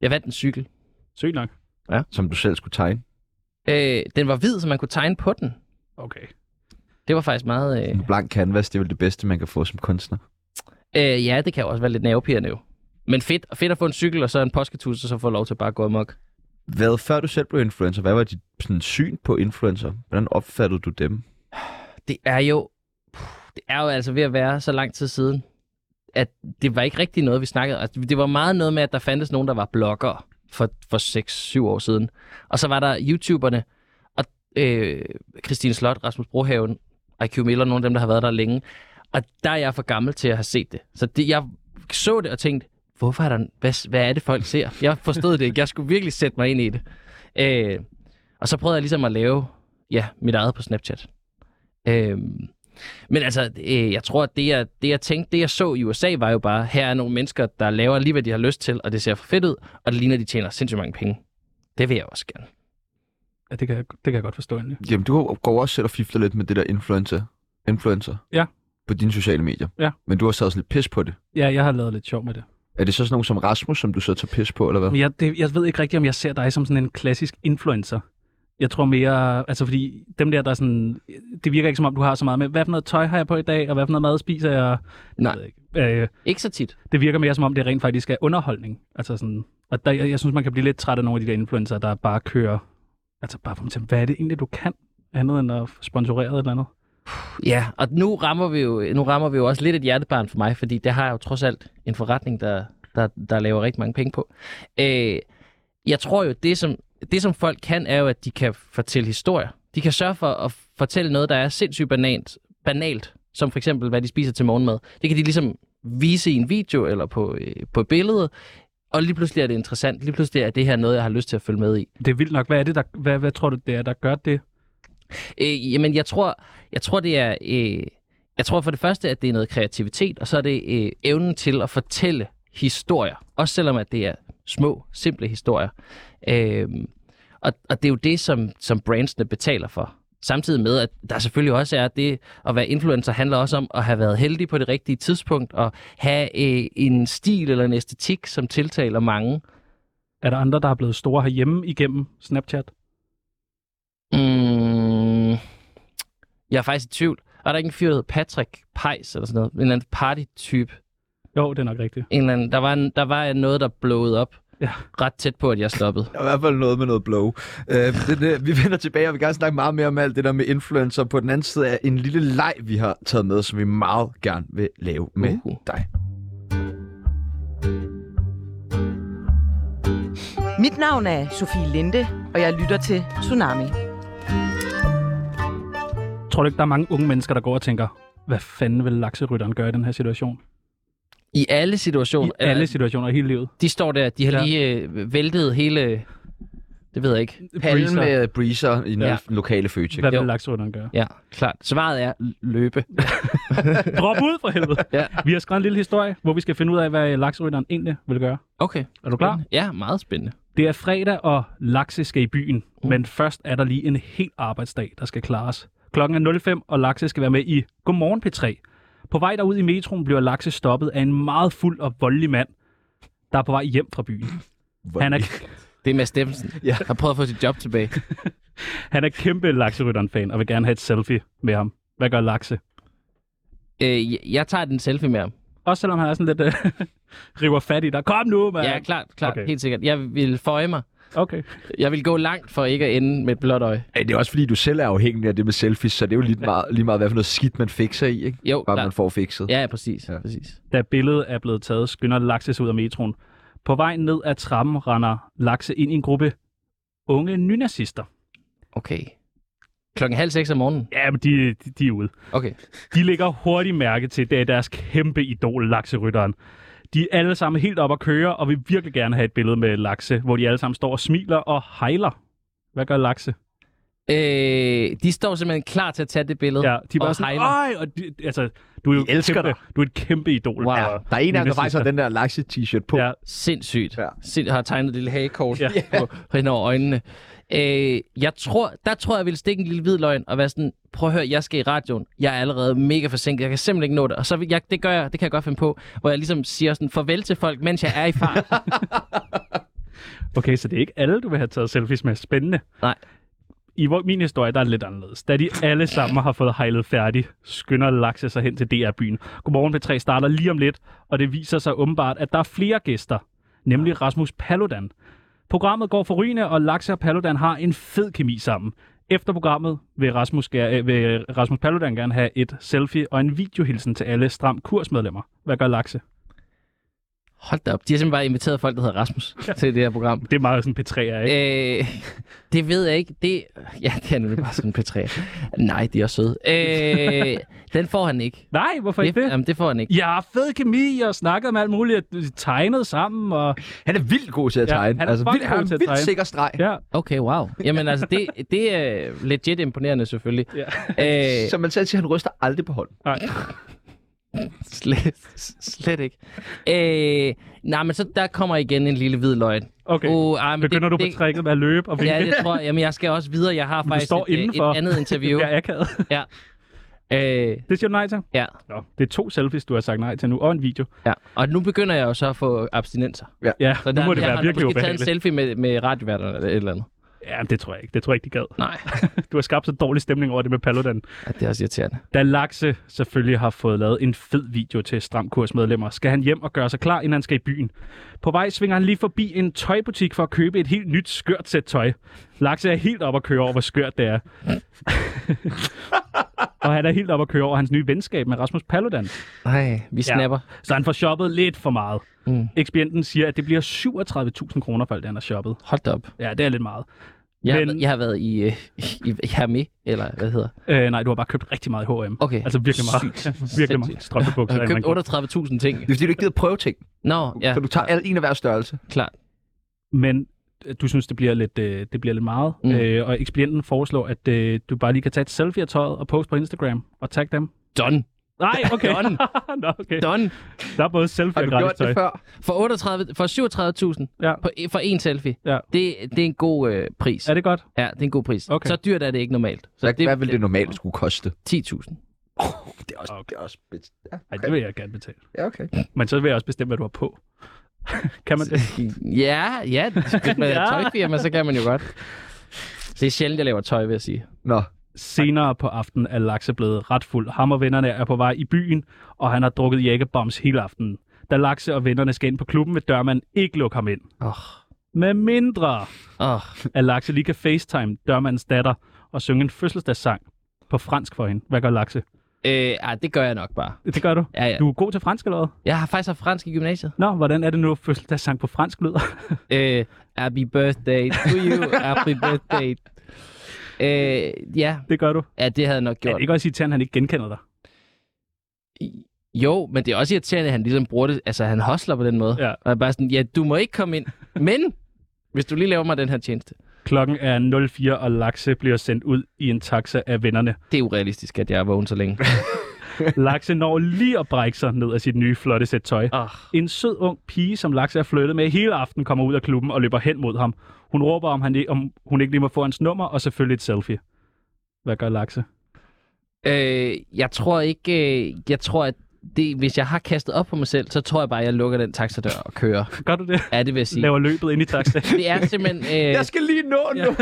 Jeg vandt en cykel. Sygt nok. Ja. Som du selv skulle tegne. Øh, den var hvid, så man kunne tegne på den. Okay. Det var faktisk meget... Øh... En blank canvas, det er vel det bedste, man kan få som kunstner. Øh, ja, det kan jo også være lidt nervepirrende jo. Men fedt, fedt at få en cykel og så en påsketus, og så få lov til at bare gå amok. Hvad, før du selv blev influencer, hvad var dit sådan, syn på influencer? Hvordan opfattede du dem? Det er jo... puh, Det er jo altså ved at være så lang tid siden, at det var ikke rigtig noget, vi snakkede altså, Det var meget noget med, at der fandtes nogen, der var bloggere for, for 6-7 år siden. Og så var der YouTuberne, og øh, Christine Slot, Rasmus Brohaven, IQ Miller, nogle af dem, der har været der længe. Og der er jeg for gammel til at have set det. Så det, jeg så det og tænkte, hvorfor er der, en- hvad, hvad er det, folk ser? Jeg forstod det ikke. Jeg skulle virkelig sætte mig ind i det. Øh, og så prøvede jeg ligesom at lave ja, mit eget på Snapchat. Øh, men altså, øh, jeg tror, at det jeg, det, jeg tænkte, det jeg så i USA, var jo bare, her er nogle mennesker, der laver lige, hvad de har lyst til, og det ser for fedt ud, og det ligner, at de tjener sindssygt mange penge. Det vil jeg også gerne. Ja, det kan jeg, det kan jeg godt forstå egentlig. Jamen, du går også selv og fifler lidt med det der influencer. Influencer. Ja. På dine sociale medier. Ja. Men du har taget sådan lidt pis på det. Ja, jeg har lavet lidt sjov med det. Er det så sådan nogen som Rasmus, som du så tager pis på, eller hvad? Men jeg, det, jeg ved ikke rigtigt, om jeg ser dig som sådan en klassisk influencer. Jeg tror mere, altså fordi dem der, der er sådan, det virker ikke som om, du har så meget med, hvad for noget tøj har jeg på i dag, og hvad for noget mad spiser jeg? Nej, jeg ved ikke. Øh, ikke så tit. Det virker mere som om, det rent faktisk er underholdning. Altså sådan, og der, jeg, jeg synes, man kan blive lidt træt af nogle af de der influencer, der bare kører, altså bare for dem til, hvad er det egentlig, du kan? Andet end at sponsorere et eller andet. Ja, og nu rammer vi jo, nu rammer vi jo også lidt et hjertebarn for mig, fordi det har jeg jo trods alt en forretning, der, der, der laver rigtig mange penge på. Øh, jeg tror jo, det som, det som folk kan, er jo, at de kan fortælle historier. De kan sørge for at fortælle noget, der er sindssygt banalt, banalt som for eksempel, hvad de spiser til morgenmad. Det kan de ligesom vise i en video eller på, øh, på et billede, og lige pludselig er det interessant. Lige pludselig er det her noget, jeg har lyst til at følge med i. Det er vildt nok. Hvad er det, der, hvad, hvad tror du, det er, der gør det? Øh, jamen, jeg tror, jeg tror, det er... Øh, jeg tror for det første, at det er noget kreativitet, og så er det øh, evnen til at fortælle historier. Også selvom, at det er små, simple historier. Øh, og, og det er jo det, som, som brandsene betaler for. Samtidig med, at der selvfølgelig også er det at være influencer, handler også om at have været heldig på det rigtige tidspunkt, og have øh, en stil eller en æstetik, som tiltaler mange. Er der andre, der er blevet store herhjemme igennem Snapchat? Mm, jeg er faktisk i tvivl. Er der ikke en fyr, der hedder Patrick Pejs eller sådan noget? En eller anden party-type? Jo, det er nok rigtigt. En eller anden, der, var en, der var noget, der blowede op. Ja. Ret tæt på, at jeg stoppede. Der er i hvert fald noget med noget blow. Øh, det, det, vi vender tilbage, og vi vil gerne snakke meget mere om alt det der med influencer. På den anden side er en lille leg, vi har taget med, som vi meget gerne vil lave med uh. dig. Mit navn er Sofie Linde, og jeg lytter til Tsunami. Tror du ikke, der er mange unge mennesker, der går og tænker, hvad fanden vil lakserytteren gøre i den her situation? I alle situationer. I alle situationer i hele livet. De står der, de har ja. lige øh, væltet hele... Det ved jeg ikke. Pallen med breezer i den Ja. ja. lokale Føtex. Hvad vil lakserytteren gøre? Ja, klart. Svaret er løbe. Drop ud for helvede. ja. Vi har skrevet en lille historie, hvor vi skal finde ud af, hvad lakserytteren egentlig vil gøre. Okay. Er du klar? Ja, meget spændende. Det er fredag, og lakse skal i byen. Mm. Men først er der lige en helt arbejdsdag, der skal klares. Klokken er 05, og lakse skal være med i Godmorgen P3. På vej derud i metroen bliver lakse stoppet af en meget fuld og voldelig mand, der er på vej hjem fra byen. Han er, Det er Mads Steffensen. Ja. Har prøvet at få sit job tilbage. han er kæmpe lakserytteren-fan og vil gerne have et selfie med ham. Hvad gør lakse? Øh, jeg, jeg tager den selfie med ham. Også selvom han er sådan lidt øh, river fat i dig. Kom nu, mand! Ja, klart, klart. Okay. Okay. Helt sikkert. Jeg vil føje mig. Okay. Jeg vil gå langt for ikke at ende med et blåt øje. Ej, det er også fordi, du selv er afhængig af det med selfies, så det er jo lige meget, lige meget hvad for noget skidt, man fikser i, ikke? Jo, Bare klart. man får fikset. Ja, præcis. Ja. præcis. Da billedet er blevet taget, skynder Lakse sig ud af metroen. På vej ned ad trappen render Lakse ind i en gruppe unge nynazister. Okay. Klokken halv seks om morgenen? Ja, men de, de, de er ude. Okay. De ligger hurtigt mærke til, det er deres kæmpe idol, Lakserytteren. De er alle sammen helt op at køre, og vil virkelig gerne have et billede med Lakse, hvor de alle sammen står og smiler og hejler. Hvad gør Lakse? Øh, de står simpelthen klar til at tage det billede. Ja, de er bare og sådan, hejler. Ej, og de, altså, du er jo elsker kæmpe, dig. du er et kæmpe idol. Wow. for Der Der er en af dem, der faktisk nynazister. har den der lakse-t-shirt på. Ja. Sindssygt. Ja. Sind, har tegnet et lille hagekors ja. på, hen over øjnene. Øh, jeg tror, der tror jeg ville stikke en lille hvid løgn og være sådan, prøv at høre, jeg skal i radioen. Jeg er allerede mega forsinket, jeg kan simpelthen ikke nå det. Og så vil jeg, det gør jeg, det kan jeg godt finde på, hvor jeg ligesom siger sådan, farvel til folk, mens jeg er i fart. Okay, så det er ikke alle, du vil have taget selfies med. Spændende. Nej. I vor- min historie, der er lidt anderledes. Da de alle sammen har fået hejlet færdig, skynder Laxe sig hen til DR-byen. Godmorgen P3 starter lige om lidt, og det viser sig åbenbart, at der er flere gæster. Nemlig Rasmus Paludan. Programmet går forrygende, og Laxe og Paludan har en fed kemi sammen. Efter programmet vil Rasmus, ger- øh, vil Rasmus Paludan gerne have et selfie og en videohilsen til alle stram kursmedlemmer. Hvad gør Laxe? Hold da op, de har simpelthen bare inviteret folk, der hedder Rasmus, ja. til det her program. Det er meget sådan P3'er, ikke? Øh, det ved jeg ikke. Det, ja, det er nemlig bare sådan P3'er. Nej, de er også søde. Øh, den får han ikke. Nej, hvorfor ikke det? Jamen, det får han ikke. Jeg har fed kemi og snakket med alt muligt, og tegnet sammen. Og... Han er vildt god til at tegne. Ja, han er Altså, altså, vildt- han er god til at vildt tegne. sikker streg. Ja. Okay, wow. Jamen altså, det, det er legit imponerende selvfølgelig. Øh, Ja. Ja. Øh, Som man selv siger, han ryster aldrig på hånden. Nej. Slet, slet ikke. Øh, nej, men så der kommer igen en lille hvid løgn. Okay. Uh, ej, men Begynder det, du på det, tricket med at løbe? Og Ja, det tror jeg. Jamen, jeg skal også videre. Jeg har Men du faktisk står et, øh, indenfor. et andet interview. Jeg er akavet. Ja. Øh, det siger du nej til? Ja. Nå, det er to selfies, du har sagt nej til nu, og en video. Ja, og nu begynder jeg jo så at få abstinenser. Ja, ja Så nu må det jeg være har virkelig måske taget en ubehageligt. selfie med, med radioværterne eller et eller andet. Ja, men det tror jeg ikke. Det tror jeg ikke, de gad. Nej. du har skabt så dårlig stemning over det med Paludan. Ja, det er også irriterende. Da Laxe selvfølgelig har fået lavet en fed video til stramkursmedlemmer, skal han hjem og gøre sig klar, inden han skal i byen. På vej svinger han lige forbi en tøjbutik for at købe et helt nyt skørt sæt tøj. Laxe er helt op at køre over, hvor skørt det er. og han er helt op at køre over hans nye venskab med Rasmus Paludan. Nej, vi snapper. Ja. Så han får shoppet lidt for meget. Mm. Ekspedienten siger, at det bliver 37.000 kroner for alt, det, han har shoppet. Hold da op. Ja, det er lidt meget. Jeg, har, været- jeg har været i, øh, i, i Hermé, eller hvad det hedder. Øh, nej, du har bare købt rigtig meget i H&M. Okay. Altså virkelig meget. Ja, virkelig meget. Strømpebukser. Jeg har er man købt god. 38.000 ting. Det er fordi, du ikke gider prøve ting. Nå, ja. Så du tager al en af hver størrelse. Klart. Men øh, du synes, det bliver lidt, øh, det bliver lidt meget. Mm. Mm. Øh, og ekspedienten foreslår, at øh, du bare lige kan tage et selfie af tøjet og poste på Instagram og tag dem. Done. Nej, okay. Done. Nå, okay. Done. Der er både selfie og gratis tøj. For, 38, for 37.000 ja. på, for en selfie. Ja. Det, det er en god øh, pris. Er det godt? Ja, det er en god pris. Okay. Så dyrt er det ikke normalt. Så Hvad, det, hvad vil det normalt skulle koste? 10.000. Det er også... Okay. Det er også bet- ja, Ej, det vil jeg gerne betale. Ja, okay. Men så vil jeg også bestemme, hvad du har på. kan man det? Ja, ja. Hvis man er Ja. et tøjfirma, så kan man jo godt. Det er sjældent, jeg laver tøj, vil jeg sige. Nå. Senere på aftenen er Laxe blevet ret fuld. Ham og vennerne er på vej i byen, og han har drukket jækkebombs hele aftenen. Da Laxe og vennerne skal ind på klubben, vil dørmanden ikke lukke ham ind. Oh. Med mindre, oh. at Laxe lige kan facetime dørmandens datter og synge en fødselsdagssang på fransk for hende. Hvad gør Laxe? Øh, ej, det gør jeg nok bare. Det gør du? Ja, ja. Du er god til fransk eller hvad? Jeg har faktisk haft fransk i gymnasiet. Nå, hvordan er det nu, at fødselsdagssang på fransk lyder? Øh, happy birthday to you, happy birthday. Øh, ja. Det gør du? Ja, det havde jeg nok er gjort. det ikke også irriterende, at han ikke genkender dig? Jo, men det er også irriterende, at han ligesom bruger det, altså han hostler på den måde. Ja. Og er bare sådan, ja, du må ikke komme ind, men hvis du lige laver mig den her tjeneste. Klokken er 04, og Laxe bliver sendt ud i en taxa af vennerne. Det er urealistisk, at jeg er vågen så længe. Laxe når lige at brække sig ned af sit nye flotte sæt tøj. Oh. En sød ung pige, som Laxe har flyttet med hele aften, kommer ud af klubben og løber hen mod ham. Hun råber, om, han, i- om hun ikke lige må få hans nummer, og selvfølgelig et selfie. Hvad gør Laxe? Øh, jeg tror ikke, øh, jeg tror, at det, hvis jeg har kastet op på mig selv, så tror jeg bare, at jeg lukker den taxadør og kører. Gør du det? Ja, det vil jeg sige. Laver løbet ind i taxa? Det er simpelthen... Øh, Jeg skal lige nå nu.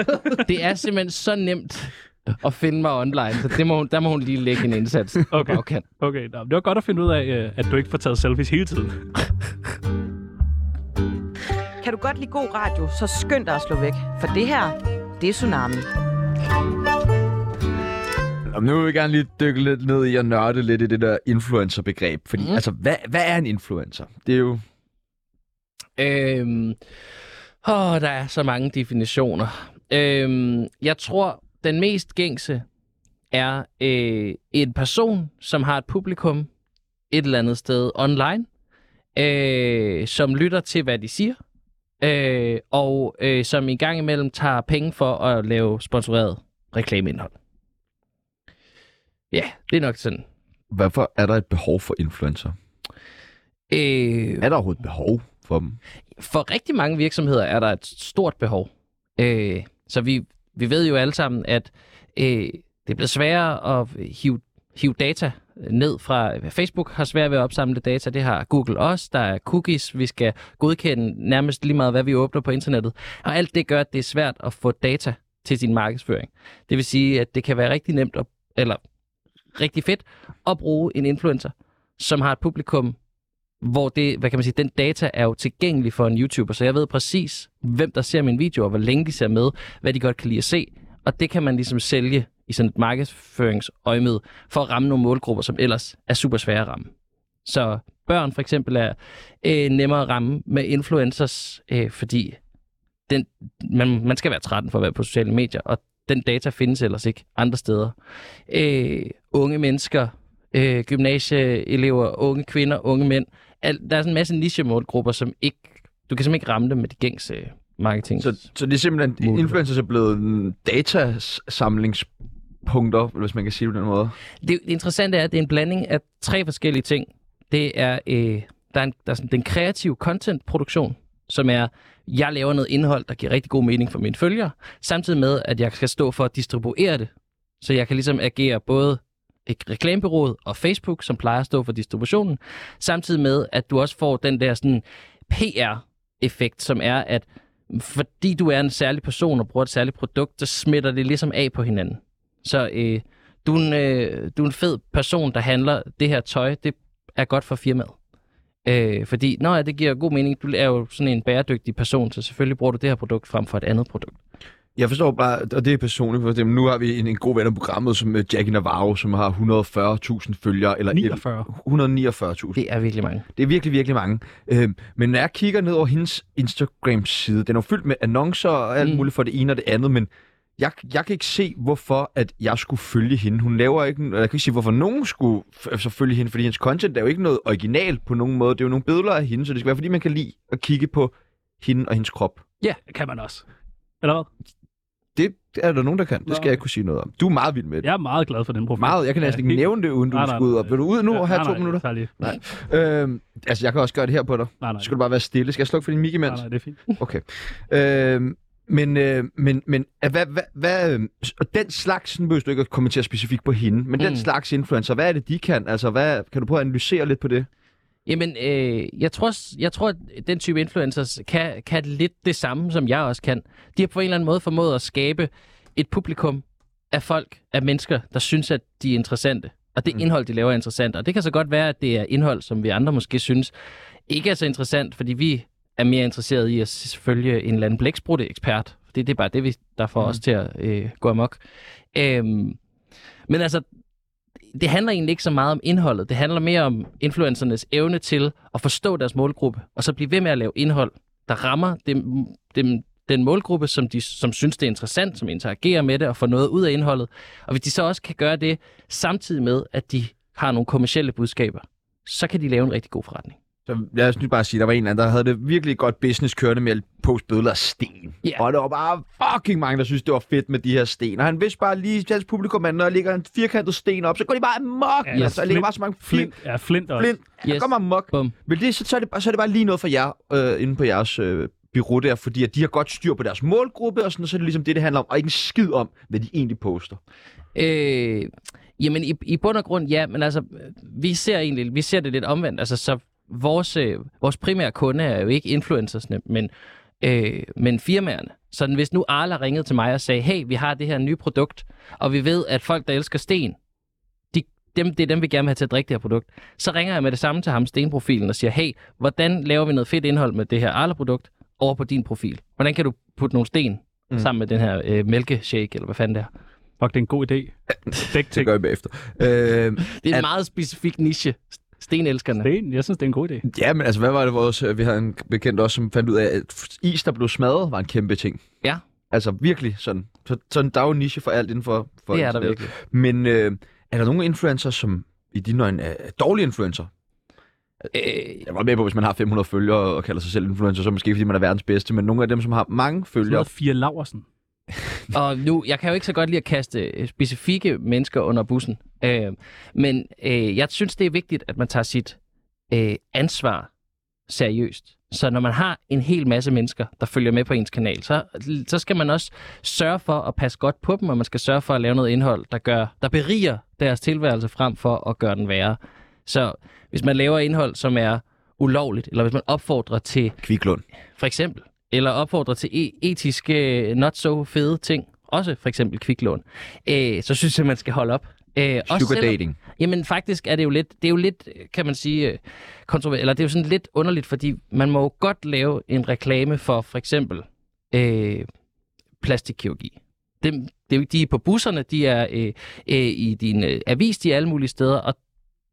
det er simpelthen så nemt at finde mig online, så det må, hun- der må hun lige lægge en indsats Okay. på bagkant. Okay, nå, men det var godt at finde ud af, øh, at du ikke får taget selfies hele tiden. Kan du godt lide god radio, så skynd dig at slå væk. For det her, det er Tsunami. Jamen, nu vil jeg gerne lige dykke lidt ned i og nørde lidt i det der influencer-begreb. Fordi, Mhm. mm. altså, hvad, hvad er en influencer? Det er jo... Øhm, åh, der er så mange definitioner. Øhm, jeg tror, den mest gængse er øh, en person, som har et publikum et eller andet sted online, øh, som lytter til, hvad de siger, øh, og øh, som i gang imellem tager penge for at lave sponsoreret reklameindhold. Ja, det er nok sådan. Hvorfor er der et behov for influencer? Øh, Er der overhovedet et behov for dem? for rigtig mange virksomheder er der et stort behov. Øh, Så vi, vi ved jo alle sammen, at øh, det bliver sværere at hive, hive data ned fra Facebook har svært ved at opsamle data. Det har Google også. Der er cookies. Vi skal godkende nærmest lige meget, hvad vi åbner på internettet. Og alt det gør, at det er svært at få data til sin markedsføring. Det vil sige, at det kan være rigtig nemt, at, eller rigtig fedt, at bruge en influencer, som har et publikum, hvor det, hvad kan man sige, den data er jo tilgængelig for en YouTuber, så jeg ved præcis, hvem der ser min video, og hvor længe de ser med, hvad de godt kan lide at se, og det kan man ligesom sælge i sådan et markedsføringsøjemed, for at ramme nogle målgrupper, som ellers er super svære at ramme. Så børn for eksempel er øh, nemmere at ramme med influencers, øh, fordi den, man, man skal være 13 for at være på sociale medier, og den data findes ellers ikke andre steder. Øh, unge mennesker, øh, gymnasieelever, unge kvinder, unge mænd, al, der er sådan en masse nichemålgrupper, som ikke, du kan simpelthen ikke ramme dem med de gængse marketing. Så, så det er simpelthen, Muligheder. influencers er blevet en datasamlingspunkter, hvis man kan sige det på den måde. Det, det interessante er, at det er en blanding af tre forskellige ting. Det er, øh, der er, en, der er sådan, den kreative contentproduktion, som er, jeg laver noget indhold, der giver rigtig god mening for mine følgere, samtidig med, at jeg skal stå for at distribuere det. Så jeg kan ligesom agere både et reklamebyrået og Facebook, som plejer at stå for distributionen, samtidig med, at du også får den der sådan PR-effekt, som er, at fordi du er en særlig person og bruger et særligt produkt, så smitter det ligesom af på hinanden. Så øh, du, er en, øh, du er en fed person, der handler det her tøj, det er godt for firmaet. Øh, fordi, nå ja, det giver god mening, du er jo sådan en bæredygtig person, så selvfølgelig bruger du det her produkt frem for et andet produkt. Jeg forstår bare, og det er personligt, for det, men nu har vi en, en god ven af programmet, som øh, Jackie Navarro, som har 140.000 følgere. Eller 49. 149.000. Det er virkelig mange. Det er virkelig, virkelig mange. Øhm, men når jeg kigger ned over hendes Instagram-side, den er jo fyldt med annoncer og alt mm. muligt for det ene og det andet, men jeg, jeg kan ikke se, hvorfor at jeg skulle følge hende. Hun laver ikke, eller jeg kan ikke se, hvorfor nogen skulle f- altså, følge hende, fordi hendes content er jo ikke noget originalt på nogen måde. Det er jo nogle billeder af hende, så det skal være, fordi man kan lide at kigge på hende og hendes krop. Ja, kan man også. Eller hvad? Det er der nogen, der kan. Det skal jeg ikke kunne sige noget om. Du er meget vild med det. Jeg er meget glad for den profil. Meget. Jeg kan næsten ikke nævne det, uden du Nej, nej, skal ud op. Vil du ud nu og have nej, to nej, minutter? tag lige. Nej. Øhm, altså, jeg kan også gøre det her på dig. Nej, nej. Så skal du bare være stille. Skal jeg slukke for din mic imens? Nej, nej, det er fint. Okay. Øhm, men, øh, men, men øh, hvad, hvad, hvad, øh, og den slags, nu behøver du ikke at kommentere specifikt på hende, men mm. den Mm. slags influencer, hvad er det, de kan? Altså, hvad, kan du prøve at analysere lidt på det? Jamen, øh, jeg, tror, s- jeg tror, at den type influencers kan, kan lidt det samme, som jeg også kan. De har på en eller anden måde formået at skabe et publikum af folk, af mennesker, der synes, at de er interessante. Og det indhold, de laver, er interessant. Og det kan så godt være, at det er indhold, som vi andre måske synes ikke er så interessant, fordi vi er mere interesseret i at s- følge en eller anden blæksprutteekspert. Det, det er bare det, vi, der får mm. os til at øh, gå amok. Øhm, men altså, det handler egentlig ikke så meget om indholdet. Det handler mere om influencernes evne til at forstå deres målgruppe, og så blive ved med at lave indhold, der rammer dem, dem, den målgruppe, som, de, som synes, det er interessant, som interagerer med det og får noget ud af indholdet. Og hvis de så også kan gøre det, samtidig med, at de har nogle kommersielle budskaber, så kan de lave en rigtig god forretning. Så lad os nu bare sige, der var en eller anden, der havde det virkelig godt business kørende med at poste billeder af sten. Yeah. Og der var bare fucking mange, der synes, det var fedt med de her sten. Og han vidste bare lige til hans publikum, at når der ligger en firkantet sten op, så går de bare amok. Ja, Yeah, altså, der ligger flint- bare så mange flint, Flint, ja, Flint også. flint. Yes. Yes. kommer amok. Bum. Men det, så, så, er det, bare- så er det bare lige noget for jer øh, inde på jeres øh, bureau der, fordi at de har godt styr på deres målgruppe, og sådan, og så er det ligesom det, det handler om, og ikke en skid om, hvad de egentlig poster. Øh, jamen, i, i bund og grund, ja, men altså, vi ser, egentlig, vi ser det lidt omvendt. Altså, så vores, øh, vores primære kunde er jo ikke influencersne, men, øh, men firmaerne. Så hvis nu Arla ringede til mig og sagde, hey, vi har det her nye produkt, og vi ved, at folk, der elsker sten, de, dem, det er dem, vi gerne vil have til at drikke det her produkt, så ringer jeg med det samme til ham, stenprofilen, og siger, hey, hvordan laver vi noget fedt indhold med det her Arla-produkt over på din profil? Hvordan kan du putte nogle sten Mm. mm. sammen med den her øh, mælkeshake, eller hvad fanden det er? Fuck, det er en god idé. Dæk Det ting. gør I bagefter. Øh, Det er At- en meget specifik niche. Stenelskerne. Det er en, jeg synes, det er en god idé. ja, men altså, hvad var det vores, øh, vi havde en bekendt også, som fandt ud af, at is, der blev smadret, var en kæmpe ting. Ja. Altså virkelig sådan. Så, sådan der er jo en niche for alt inden for, for Det er der internettet. virkelig. Men øh, er der nogle influencer, som i dine øjne er er dårlige influencer? Øh, Jeg er godt med på, hvis man har 500 følgere og kalder sig selv influencer, så er det måske ikke, fordi man er verdens bedste, men nogle af dem, som har mange Sådan noget følgere, Fia Laversen. og nu, jeg kan jo ikke så godt lide at kaste øh, specifikke mennesker under bussen, øh, men øh, jeg synes, det er vigtigt, at man tager sit øh, ansvar seriøst. Så når man har en hel masse mennesker, der følger med på ens kanal, så, så skal man også sørge for at passe godt på dem, og man skal sørge for at lave noget indhold, der, gør, der beriger deres tilværelse frem for at gøre den værre. Så hvis man laver indhold, som er ulovligt, eller hvis man opfordrer til... Kviklund. For eksempel. Eller opfordrer til e- etiske, not so fede ting, også for eksempel kviklån, øh, så synes jeg, man skal holde op. Øh, også Sugar selvom- dating. Jamen faktisk er det jo lidt, det er jo lidt, kan man sige, øh, kontrover- eller det er jo sådan lidt underligt, fordi man må jo godt lave en reklame for for eksempel øh, plastikkirurgi. Dem, det er jo ikke, de er på busserne, de er øh, øh, i din øh, avis, de er alle mulige steder, og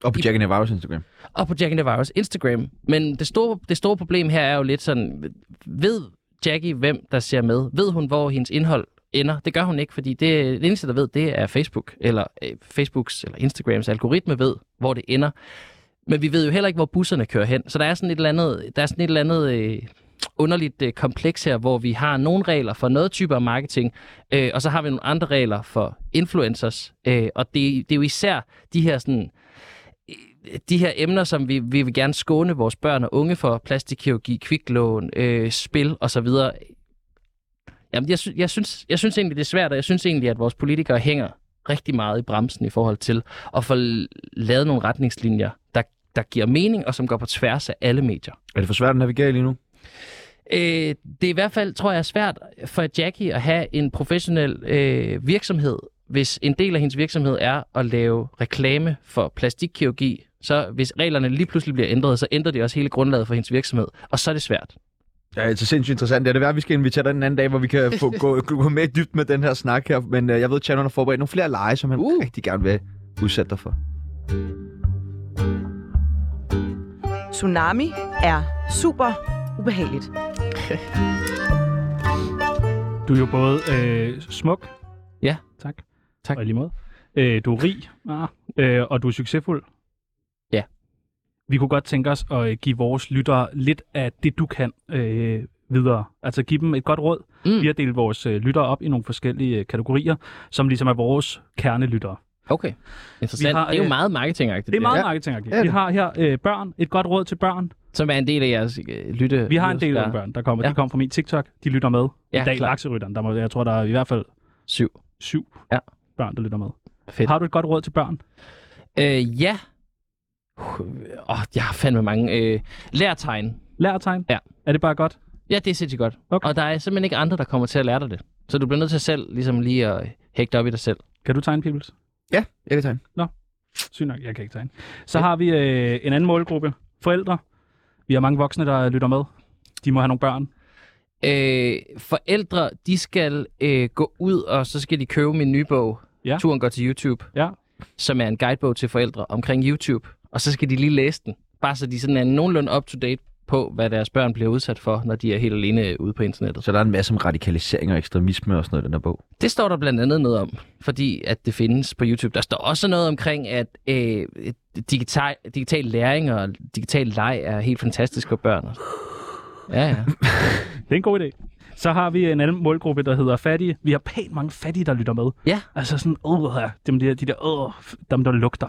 Og på Jack and Navarro's Instagram. og på Jack and the Virus Instagram. Men det store, det store problem her er jo lidt sådan, ved Jackie, hvem der ser med? Ved hun, hvor hendes indhold ender? Det gør hun ikke, fordi det, det eneste, der ved, det er Facebook, eller øh, Facebooks eller Instagrams algoritme ved, hvor det ender. Men vi ved jo heller ikke, hvor busserne kører hen. Så der er sådan et eller andet, der er sådan et eller andet øh, underligt øh, kompleks her, hvor vi har nogle regler for noget type af marketing, øh, og så har vi nogle andre regler for influencers. Øh, og det, det er jo især de her sådan, øh, de her emner, som vi, vi vil gerne skåne vores børn og unge for, plastikkirurgi, kviklån, øh, spil osv., Jamen, jeg, sy- jeg, synes, jeg synes egentlig, det er svært, og jeg synes egentlig, at vores politikere hænger rigtig meget i bremsen i forhold til at få l- lavet nogle retningslinjer, der, der giver mening, og som går på tværs af alle medier. Er det for svært at navigere lige nu? Øh, det er i hvert fald, tror jeg, svært for Jackie at have en professionel øh, virksomhed. Hvis en del af hendes virksomhed er at lave reklame for plastikkirurgi, så hvis reglerne lige pludselig bliver ændret, så ændrer det også hele grundlaget for hendes virksomhed. Og så er det svært. Ja, altså sindssygt interessant. Det er det værd, vi skal invitere dig en anden dag, hvor vi kan få, gå, gå mere dybt med den her snak her. Men øh, jeg ved, at Shannon har forberedt nogle flere lege, som han uh. rigtig gerne vil udsætte dig for. Tsunami er super ubehageligt. Du er jo både øh, smuk. Ja. Tak. Tak. Og i lige måde. Øh, du er rig. Ah, øh, og du er succesfuld. Ja. Vi kunne godt tænke os at øh, give vores lyttere lidt af det, du kan øh, videre. Altså give dem et godt råd. Mm. Vi har delt vores øh, lyttere op i nogle forskellige øh, kategorier, som ligesom er vores kernelyttere. Okay. Interessant. har, Har, det er jo øh, meget marketingagtigt. Det er meget der. ja. marketingagtigt. Vi har her øh, børn. Et godt råd til børn. Som er en del af jeres øh, lytte. Vi har en del af lytterskare. børn, der kommer. Ja. De kommer fra min TikTok. De lytter med. Ja, I dag klart. lakserytteren. Der må, jeg tror, der er i hvert fald Syv. syv Ja. børn, der lytter med. Fedt. Har du et godt råd til børn? Øh, ja. Uh, åh, jeg har fandme mange. Øh, lærtegn. Lærtegn? Ja. Er det bare godt? Ja, det er sindssygt godt. Okay. Og der er simpelthen ikke andre, der kommer til at lære dig det. Så du bliver nødt til selv ligesom lige at hægte op i dig selv. Kan du tegne, Pibels? Ja, jeg kan tegne. Sygt nok, jeg kan ikke tegne. Så har vi øh, en anden målgruppe. Forældre. Vi har mange voksne, der lytter med. De må have nogle børn. Øh, forældre, de skal øh, gå ud, og så skal de købe min nye bog, Ja. Turen går til YouTube, ja. som er en guidebog til forældre omkring YouTube. Og så skal de lige læse den, bare så de sådan er nogenlunde up-to-date på, hvad deres børn bliver udsat for, når de er helt alene ude på internettet. Så der er en masse om radikalisering og ekstremisme og sådan noget i den her bog. Det står der blandt andet noget om, fordi at det findes på YouTube. Der står også noget omkring, at øh, digital, digital læring og digital leg er helt fantastisk for børn. Ja, ja. Det er en god idé. Så har vi en anden målgruppe, der hedder fattige. Vi har pænt mange fattige, der lytter med. Ja. Altså sådan, åh, ja, dem der, de der, åh, dem der lugter.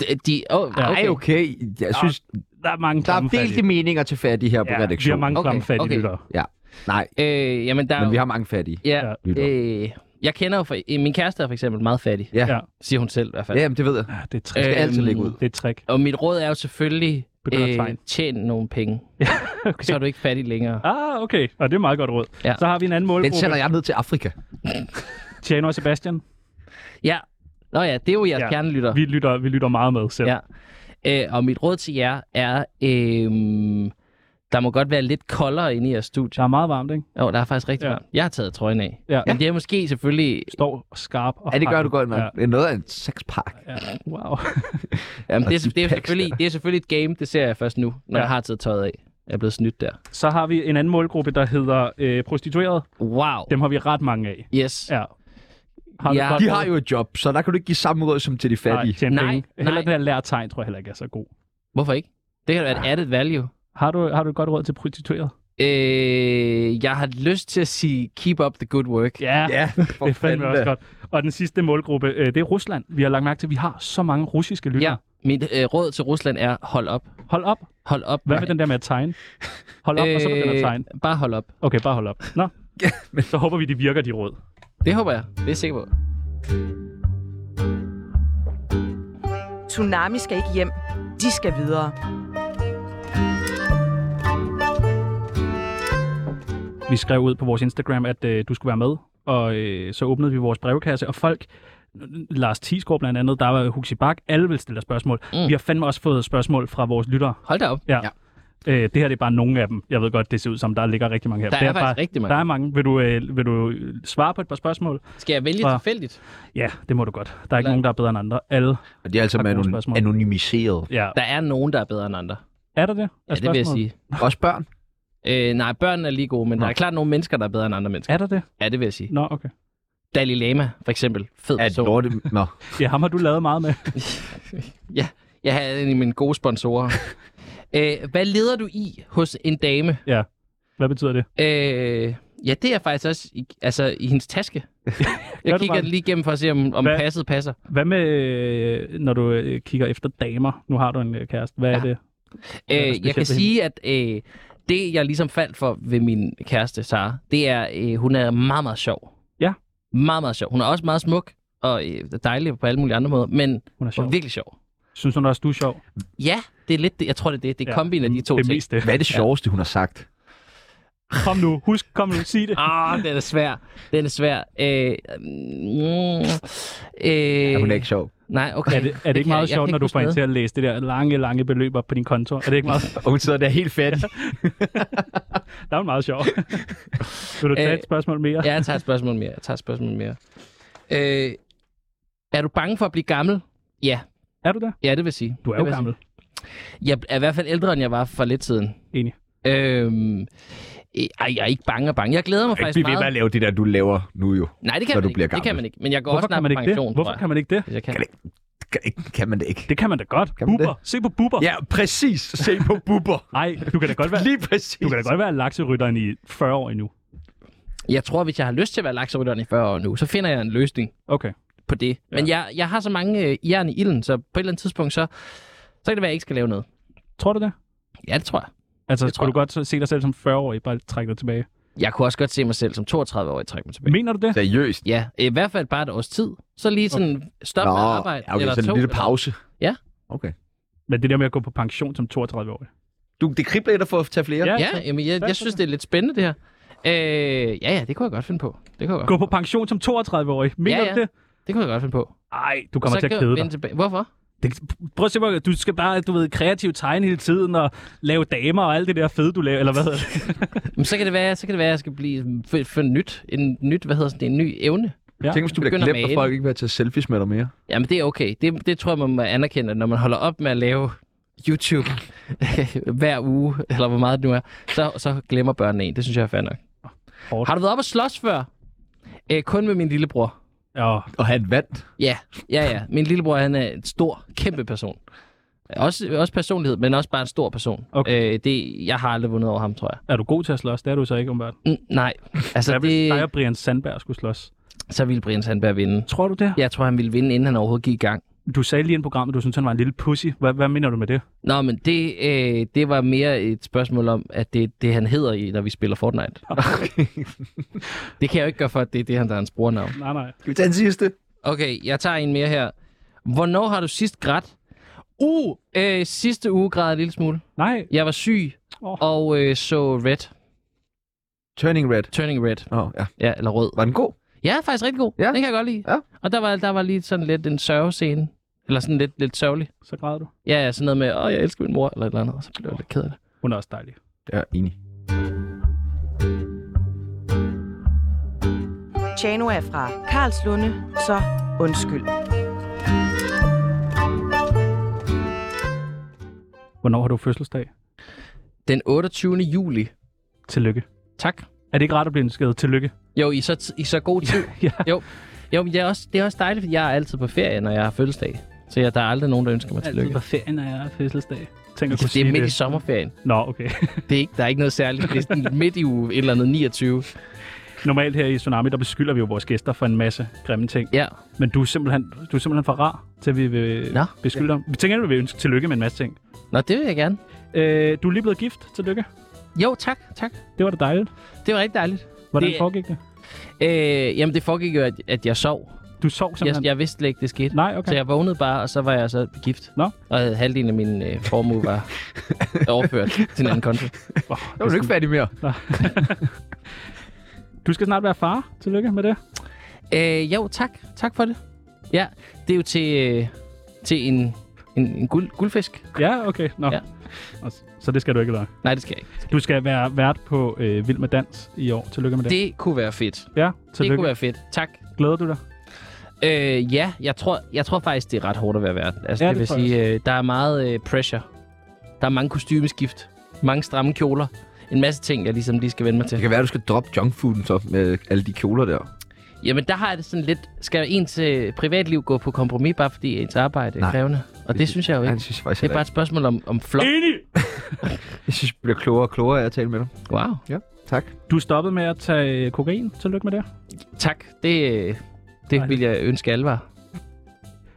De, de, åh, okay. Ej, okay. Jeg synes, Der er mange der er klamme delte fattige. meninger til fattige her på Ja, vi har redaktionen. mange klamme Okay, fattige okay. lyttere. Ja, nej, Øh, jamen, der, er men vi jo- har mange fattige. ja, lyttere. øh, jeg kender jo, for, øh, min kæreste er for eksempel meget fattig, Ja, Ja. siger hun selv i hvert fald. ja jamen, det ved jeg. ja, det er et Jeg trick. skal Øhm, altid lægge ud. Det er et trick. Og mit råd er jo selvfølgelig, Begynd at øh, tegne. tjen nogle penge, Okay. så er du ikke fattig længere. Ah, okay. Og det er meget godt råd. Ja. Så har vi en anden Den målgruppe. sender jeg ned til Afrika. Tjano og Sebastian. Ja, Nå ja, det er jo jeres Ja. ja. kernelytter. Vi lytter, vi lytter meget med selv. Ja. Øh, og mit råd til jer er, øh, der må godt være lidt koldere inde i jeres studie. Der er meget varmt, ikke? Jo, der er faktisk rigtig Ja. ja. varmt. Jeg har taget trøjen af. Ja. Men det er måske selvfølgelig... Står skarp og Ja, det gør hakket. du godt, mand. Ja. Det er noget af en sexpakke. Ja. Wow. Jamen, det, er, Og det, de er packs selvfølgelig, det er selvfølgelig et game, det ser jeg først nu, når Ja. ja. jeg har taget tøjet af. Jeg er blevet snydt der. Så har vi en anden målgruppe, der hedder øh, prostituerede. Wow. Dem har vi ret mange af. Yes. Ja. Har du Ja. godt De har jo et job, så der kan du ikke give samme råd som til de Nej, fattige. tjene Nej, penge. Heller nej. den her lærtegn, tror jeg heller ikke er så god. Hvorfor ikke? Det kan da Ah. være et added value. Har du, har du et godt råd til prostituerede? Øh, jeg har lyst til at sige, keep up the good work. Ja, Ja, for det er fandme også godt. Og den sidste målgruppe, øh, det er Rusland. Vi har lagt mærke til, at vi har så mange russiske lyttere. Ja, Mit øh, råd til Rusland er, hold op. Hold op? Hold op. Øh, Hvad med den der med at tegne? Hold op, og så begynder at tegne. Bare hold op. Okay, bare hold op. Nå, men så håber vi, de virker, de råd. Det håber jeg. Det er jeg sikker på. Tsunami skal ikke hjem. De skal videre. Vi skrev ud på vores Instagram, at øh, du skulle være med, og øh, så åbnede vi vores brevkasse, og folk, Lars Tisgaard blandt andet, der var Huxi Bak, alle vil stille dig spørgsmål. Mm. Vi har fandme også fået spørgsmål fra vores lyttere. Hold da op. Ja. ja. Øh, det her det er bare nogle af dem. Jeg ved godt, det ser ud som, der ligger rigtig mange her. Der det er faktisk rigtig mange. Der er mange. Vil du, øh, vil du øh, svare på et par spørgsmål? Skal jeg vælge Fra- tilfældigt? Ja, det må du godt. Der er ikke nogen, der er bedre end andre. Alle. Og de er altså har med gode anon- spørgsmål. anonymiseret. Ja. Der er nogen, der er bedre end andre. Er der det? Ja, det vil jeg sige. Også børn? Øh, nej, børn er lige gode, men der er klart nogle mennesker, der er bedre end andre mennesker. Er der det? Ja, det vil jeg sige. Nå, okay. Dalai Lama, for eksempel. Fed Er person. lorte... Nå. Ja, ham har du lavet meget med. Ja, jeg havde en af mine gode sponsorer. øh, hvad leder du i hos en dame? Ja. Hvad betyder det? Øh, ja, det er faktisk også i, altså, i hendes taske. jeg du kigger bare? den lige igennem for at se, om, om Hvad? passet passer. Hvad med, øh, når du øh, kigger efter damer? Nu har du en øh, kæreste. Hvad ja. altså, er det? Hvad er der Øh, jeg specielt kan ved hende? sige, at øh, det, jeg ligesom faldt for ved min kæreste, Sara, det er, øh, hun er meget, meget sjov. Ja. Meget, meget sjov. Hun er også meget smuk og øh, dejlig på alle mulige andre måder, men Hun er sjov. virkelig sjov. Synes hun også, du er sjov? Ja, det er lidt det. Jeg tror, det er det. Det er Ja, ja, kombin af de to det er ting. mest det. Hvad er det sjoveste, hun har sagt? Kom nu, husk, kom nu, sig det. Ah, den er svær. Den er svær. Øh, mm, øh, Er hun er ikke sjov? Nej, okay. Er det, er det kan- ikke meget jeg sjovt, kan når du huske får hende noget. til at læse det der lange, lange beløb op på din konto? Er det ikke meget, Og hun sidder der helt fattig. der er jo meget sjovt? Vil du tage Øh, et spørgsmål mere? Ja, jeg tager et spørgsmål mere. Jeg tager et spørgsmål mere. Øh, er du bange for at blive gammel? Ja, Er du der? ja det vil sige. Du er Det jo vil jeg gammel. sige. Jeg er i hvert fald ældre, end jeg var for lidt siden. Enig. Øhm, øh, ej, jeg er ikke bange og bange. Jeg glæder mig Du kan ikke faktisk blive ved med at meget. lave det der, du laver nu jo. Nej, det kan når man du ikke. bliver Det kan gammel. man ikke. Men jeg går Hvorfor også kan snart man på ikke pension, det? Hvorfor tror kan man ikke det? jeg. Hvis jeg kan. Kan, det, kan, kan man det ikke? Det kan man da godt. Kan man Buber. Se på Buber. Ja, præcis. Se på bubber. Nej, du kan da godt være, Lige præcis. du kan da godt være lakserytteren i 40 år endnu. Jeg tror, hvis jeg har lyst til at være lakserytteren i 40 år nu, så finder jeg en løsning. Okay. på det. Ja. Men jeg, jeg har så mange øh, jern i ilden, så på et eller andet tidspunkt, så, så kan det være, at jeg ikke skal lave noget. Tror du det? Ja, det tror jeg. Altså, Det tror skulle du godt så- se dig selv som 40-årig, bare trække dig tilbage? Jeg kunne også godt se mig selv som 32 år i trække mig tilbage. Mener du det? Seriøst. Ja, i hvert fald bare et års tid. Så lige sådan okay. stoppe med at arbejde. ja, okay, eller så en to, lille eller- pause. Ja. Okay. Men det der med at gå på pension som 32-årig. Du, det kribler i dig for at tage flere. Ja. Ja, jamen, jeg, tak jeg for synes, det. det er lidt spændende, det her. Øh, ja, ja, det kunne jeg godt finde på. Det kunne jeg godt, Gå på pension som 32-årig. Mener Ja, ja, ja. du det? det kunne jeg godt finde på. Nej, du kommer så til at kan kede jeg dig. vende Tilbage. Hvorfor? Det, prøv at se, hvor- du skal bare, du ved, kreativt tegne hele tiden og lave damer og alt det der fede, du laver, eller hvad hedder det? Jamen, så kan det være, så kan det være, at jeg skal blive for, for nyt, en nyt, hvad hedder sådan, det, en ny evne. Ja. Tænk, hvis du bliver Begynder at glemt, og male. folk ikke vil tage selfies med dig mere. Jamen, det er okay. Det, det tror jeg, man må anerkende, at når man holder op med at lave YouTube hver uge, eller hvor meget det nu er, så, så glemmer børnene en. Det synes jeg er fair nok. Hårdt. Har du været op og slås før? Æ, kun med min lillebror. Ja, Og han vandt. Ja, ja, ja. Min lillebror, han er en stor, kæmpe person. Også, også personlighed, men også bare en stor person. Okay. Øh, det, jeg har aldrig vundet over ham, tror jeg. er du god til at slås? Det er du så ikke, umiddelbart. Mm, nej, Så altså det... Hvis dig det, og Brian Sandberg skulle slås. så ville Brian Sandberg vinde. Tror du det? Jeg tror, han ville vinde, inden han overhovedet gik i gang. Du sagde lige i programmet, du synes, han var en lille pussy. Hvad, hvad mener du med det? Nå, men det, øh, det var mere et spørgsmål om, at det er det, han hedder i, når vi spiller Fortnite. det kan jeg jo ikke gøre for, at det er det, han der er hans brugernavn. Nej, nej. Skal vi tage den sidste? Okay, jeg tager en mere her. Hvornår har du sidst grædt? Uh, øh, sidste uge græd jeg en lille smule. Nej, Jeg var syg Åh. og øh, så Red. Turning Red. Turning Red. Åh, oh, ja. Ja, eller Rød. Var den god? Ja, faktisk rigtig god. Ja. Den kan jeg godt lide. Ja. Og der var, der var lige sådan lidt en sørgescene. Eller sådan lidt, lidt sørgelig. så græder du. Ja, ja, sådan noget med, åh, jeg elsker min mor, eller et eller andet. Og så blev jeg lidt ked af det. Hun er også dejlig. Ja, enig. Tjano er fra Karlslunde, så undskyld. Hvornår har du fødselsdag? Den 28. juli. Tillykke. Tak. Er det ikke rart at blive ønsket tillykke? Jo, i så, i så god tid. ja. Jo, jo men det er, også, det er også dejligt, fordi jeg er altid på ferie, når jeg har fødselsdag. Så jeg, der er aldrig nogen, der ønsker mig tillykke. Altså, på ferie, når jeg har fødselsdag. Tænk at kunne Det er sige midt i det. sommerferien. Nå, okay. Det er ikke, der er ikke noget særligt. Det er sådan midt i uge, et eller andet 29. Normalt her i Tsunami, der beskylder vi jo vores gæster for en masse grimme ting. Ja. Men du er simpelthen, du er simpelthen for rar til, at vi vil Nå. beskylde dig. Vi tænker, at vi vil ønske tillykke med en masse ting. Nå, det vil jeg gerne. Øh, du er lige blevet gift. Tillykke. Jo, tak, tak. Det var da dejligt. Det var rigtig dejligt. Hvordan Det- foregik det? Øh, jamen, det foregik jo, at, at jeg sov. Du sov Jeg, simpelthen? jeg vidste slet ikke, det skete. Nej, okay. Så jeg vågnede bare, og så var jeg så gift. Nå. Og havde halvdelen af min øh, formue var overført til en anden konto. Oh, Jeg var du ikke færdig mere. Du skal snart være far. Tillykke med det. Øh, jo, tak. Tak for det. Ja, det er jo til, øh, til en, en, en guld, guldfisk. Ja, okay. Nå. Ja. Og s- Så det skal du ikke lade. Nej, det skal jeg ikke. Du skal være vært på øh, Vild med Dans i år. Tillykke med det. Det kunne være fedt. Ja, tillykke. Det kunne være fedt. Tak. Glæder du dig? Øh, ja, jeg tror, jeg tror faktisk, det er ret hårdt at være vært. Altså, Ja, det, det vil tror jeg sige, øh, der er meget øh, pressure. Der er mange kostymeskift, mange stramme kjoler, en masse ting, jeg ligesom lige skal vende mig til. Det kan være, du skal droppe junkfooden så med alle de kjoler der. Jamen, der har jeg det sådan lidt... Skal ens øh, privatliv gå på kompromis, bare fordi ens arbejde Nej. er krævende? Og det, Det- det synes jeg jo ikke. det synes jeg faktisk det er heller bare et ikke. spørgsmål om, om flot. Enig! Jeg synes, jeg bliver klogere og klogere af at tale med dig. Wow. Ja, tak. Du er stoppet med at tage øh, kokain. Tillykke med det. Tak. Det, øh, det vil jeg ønske alle var.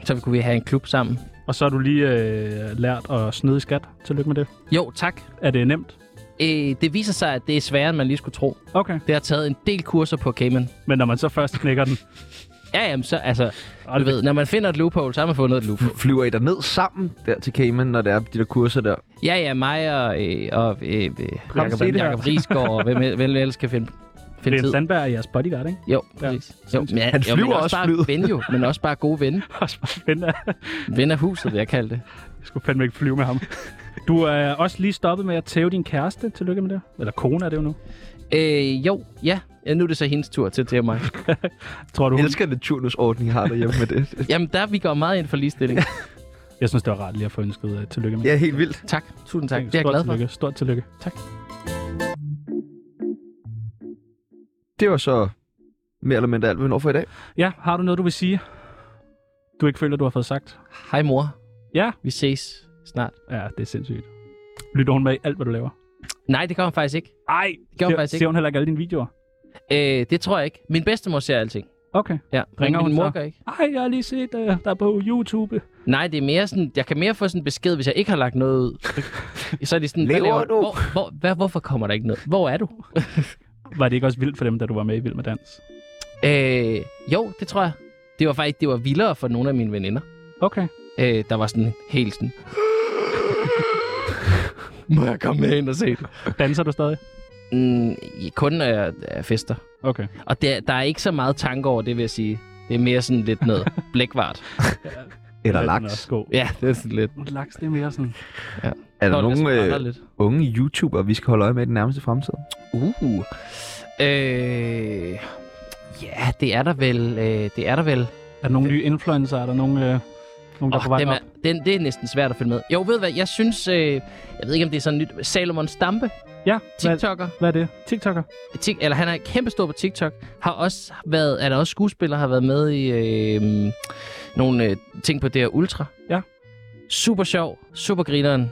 Så kunne vi have en klub sammen. Og så har du lige øh, lært at snyde i skat. Tillykke med det. Jo, tak. Er det nemt? Øh, det viser sig, at det er sværere, end man lige skulle tro. Okay. Det har taget en del kurser på Cayman. Men når man så først knækker den. Ja, jamen så, altså, du Aldrig. ved, når man finder et loophole, så har man fundet et loophole. Flyver I ned sammen der til Cayman, når der er de der kurser der? Ja, ja, mig og, øh, og øh, se øh, det Jacob, her. Jacob Rigsgaard, og hvem, hvem ellers kan finde, Det finde er en tid. Sandberg er jeres bodyguard, ikke? Jo, præcis. Jo, men, Han jo, men flyver også også flyet. bare ven jo, men også bare gode ven. Også bare spændende. Ven af huset, vil jeg kalde det. Jeg skulle fandme ikke flyve med ham. Du er også lige stoppet med at tæve din kæreste. Tillykke med det. Eller kone er det jo nu. Øh, jo, ja. ja. Nu er det så hendes tur til at tæve mig. Tror du, Jeg hun... elsker den turnusordning, I har derhjemme med det. Jamen, der vi går meget ind for ligestilling. Jeg synes, det var rart lige at få ønsket uh, tillykke med. Ja, helt vildt. tak. Tusind tak. Det er jeg Stort glad for. tillykke. Stort tillykke. Tak. Det var så mere eller mindre alt, hvad vi når for i dag. Ja, har du noget, du vil sige? Du ikke føler, du har fået sagt? Hej mor. Ja. Vi ses snart. Ja, det er sindssygt. Lytter hun med i alt, hvad du laver? Nej, det gør hun faktisk ikke. Ej, gør hun ser, faktisk ikke. ser hun heller ikke alle dine videoer? Øh, det tror jeg ikke. Min bedstemor ser alting. Okay. Ja, Ringer men min hun mor så? gør ikke. Ej, jeg har lige set uh, der er på YouTube. Nej, det er mere sådan, jeg kan mere få sådan en besked, hvis jeg ikke har lagt noget ud. så er det sådan, hvad Lever laver du? Hvor, hvor, hvad, hvorfor kommer der ikke noget? Hvor er du? Var det ikke også vildt for dem, da du var med i Vild med Dans? Øh, jo, det tror jeg. Det var faktisk, det var vildere for nogle af mine veninder. Okay. Øh, der var sådan helt sådan... Må jeg komme med ind og se det? Danser du stadig? Mm, kun når jeg er fester. Okay. Og der, der er ikke så meget tanke over det, vil jeg sige. Det er mere sådan lidt noget blækvart. Eller Den er laks. også god. Ja, det er sådan lidt. Laks, det er mere sådan... Er der Folk nogle splatter øh, lidt. unge YouTubere, vi skal holde øje med i den nærmeste fremtid? Uh. Øh. Ja, det er der vel. Øh, det er der vel. Er der nogle nye influencer? Er der nogle, øh, nogle der er på Oh, vej dem op? er, den, det er næsten svært at følge med. Jo, ved du hvad? Jeg synes... Øh, jeg ved ikke, om det er sådan nyt. Salomon Stampe, Ja, hvad, TikToker. hvad er det? TikToker? Tik, eller han er kæmpestor på TikTok. Har også været... Er der også skuespiller, har været med i øh, nogle øh, ting på det her Ultra. Ja. Super sjov. Super grineren.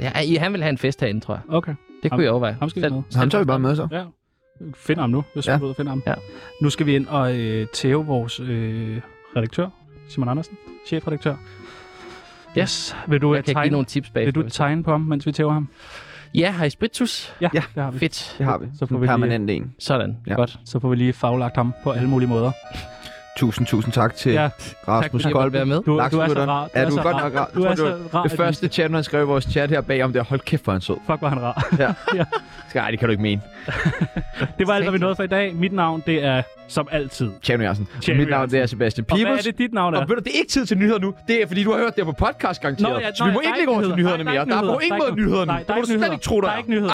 Det er, han vil have en fest herinde, tror jeg. Okay. Det Ham- kunne jeg overveje. ham skal vi Selv- med. Så ham tager vi bare med så. Ja. Find ham nu. Hvis Ja. ja. du ved at finde ham. Ja. Nu skal vi ind og øh, tæve vores øh, redaktør, Simon Andersen, chefredaktør. Ja. Yes. Vil du, øh, Jeg kan give tegne, nogle tips bag. vil du tegne på ham, mens vi tæver ham? Ja, har I spritus? Ja, Ja. det har vi. Fedt. Det har vi. Så får en vi lige- permanent en. Sådan. Ja. Ja. Godt. Så får vi lige faglagt ham på alle mulige måder. Tusind, tusind tak til Ja. ja. Tak fordi Rasmus jeg måtte Kolbe. være med. Du, du er så Laksmytteren. rar. Ja, du så er godt rar. nok rar. Jeg Du er tror, så rar. Det at vi- første chat, man skrev i vores chat her bagom, det er, hold kæft, hvor er han sød. Fuck, var han rar. Skal- Ej, det kan du ikke mene. Det var alt, hvad vi nåede for i dag. Mit navn, det er som altid. Tjerno Jørgensen. Tjerno Mit navn, det er Jørgensen. Sebastian Og hvad er Pibels. det, dit navn Og er? ved du, det er ikke tid til nyheder nu. Det er, fordi du har hørt det her på podcast, garanteret. Nå, ja, så vi nå, må ja, ikke der er lægge over til nyheder. nyhederne Nej, mere. Der er på ikke ingen måde nyheder. nyheder nu. Nej, der Det er må ikke du slet nyheder. ikke tro, der Der er ikke nyheder.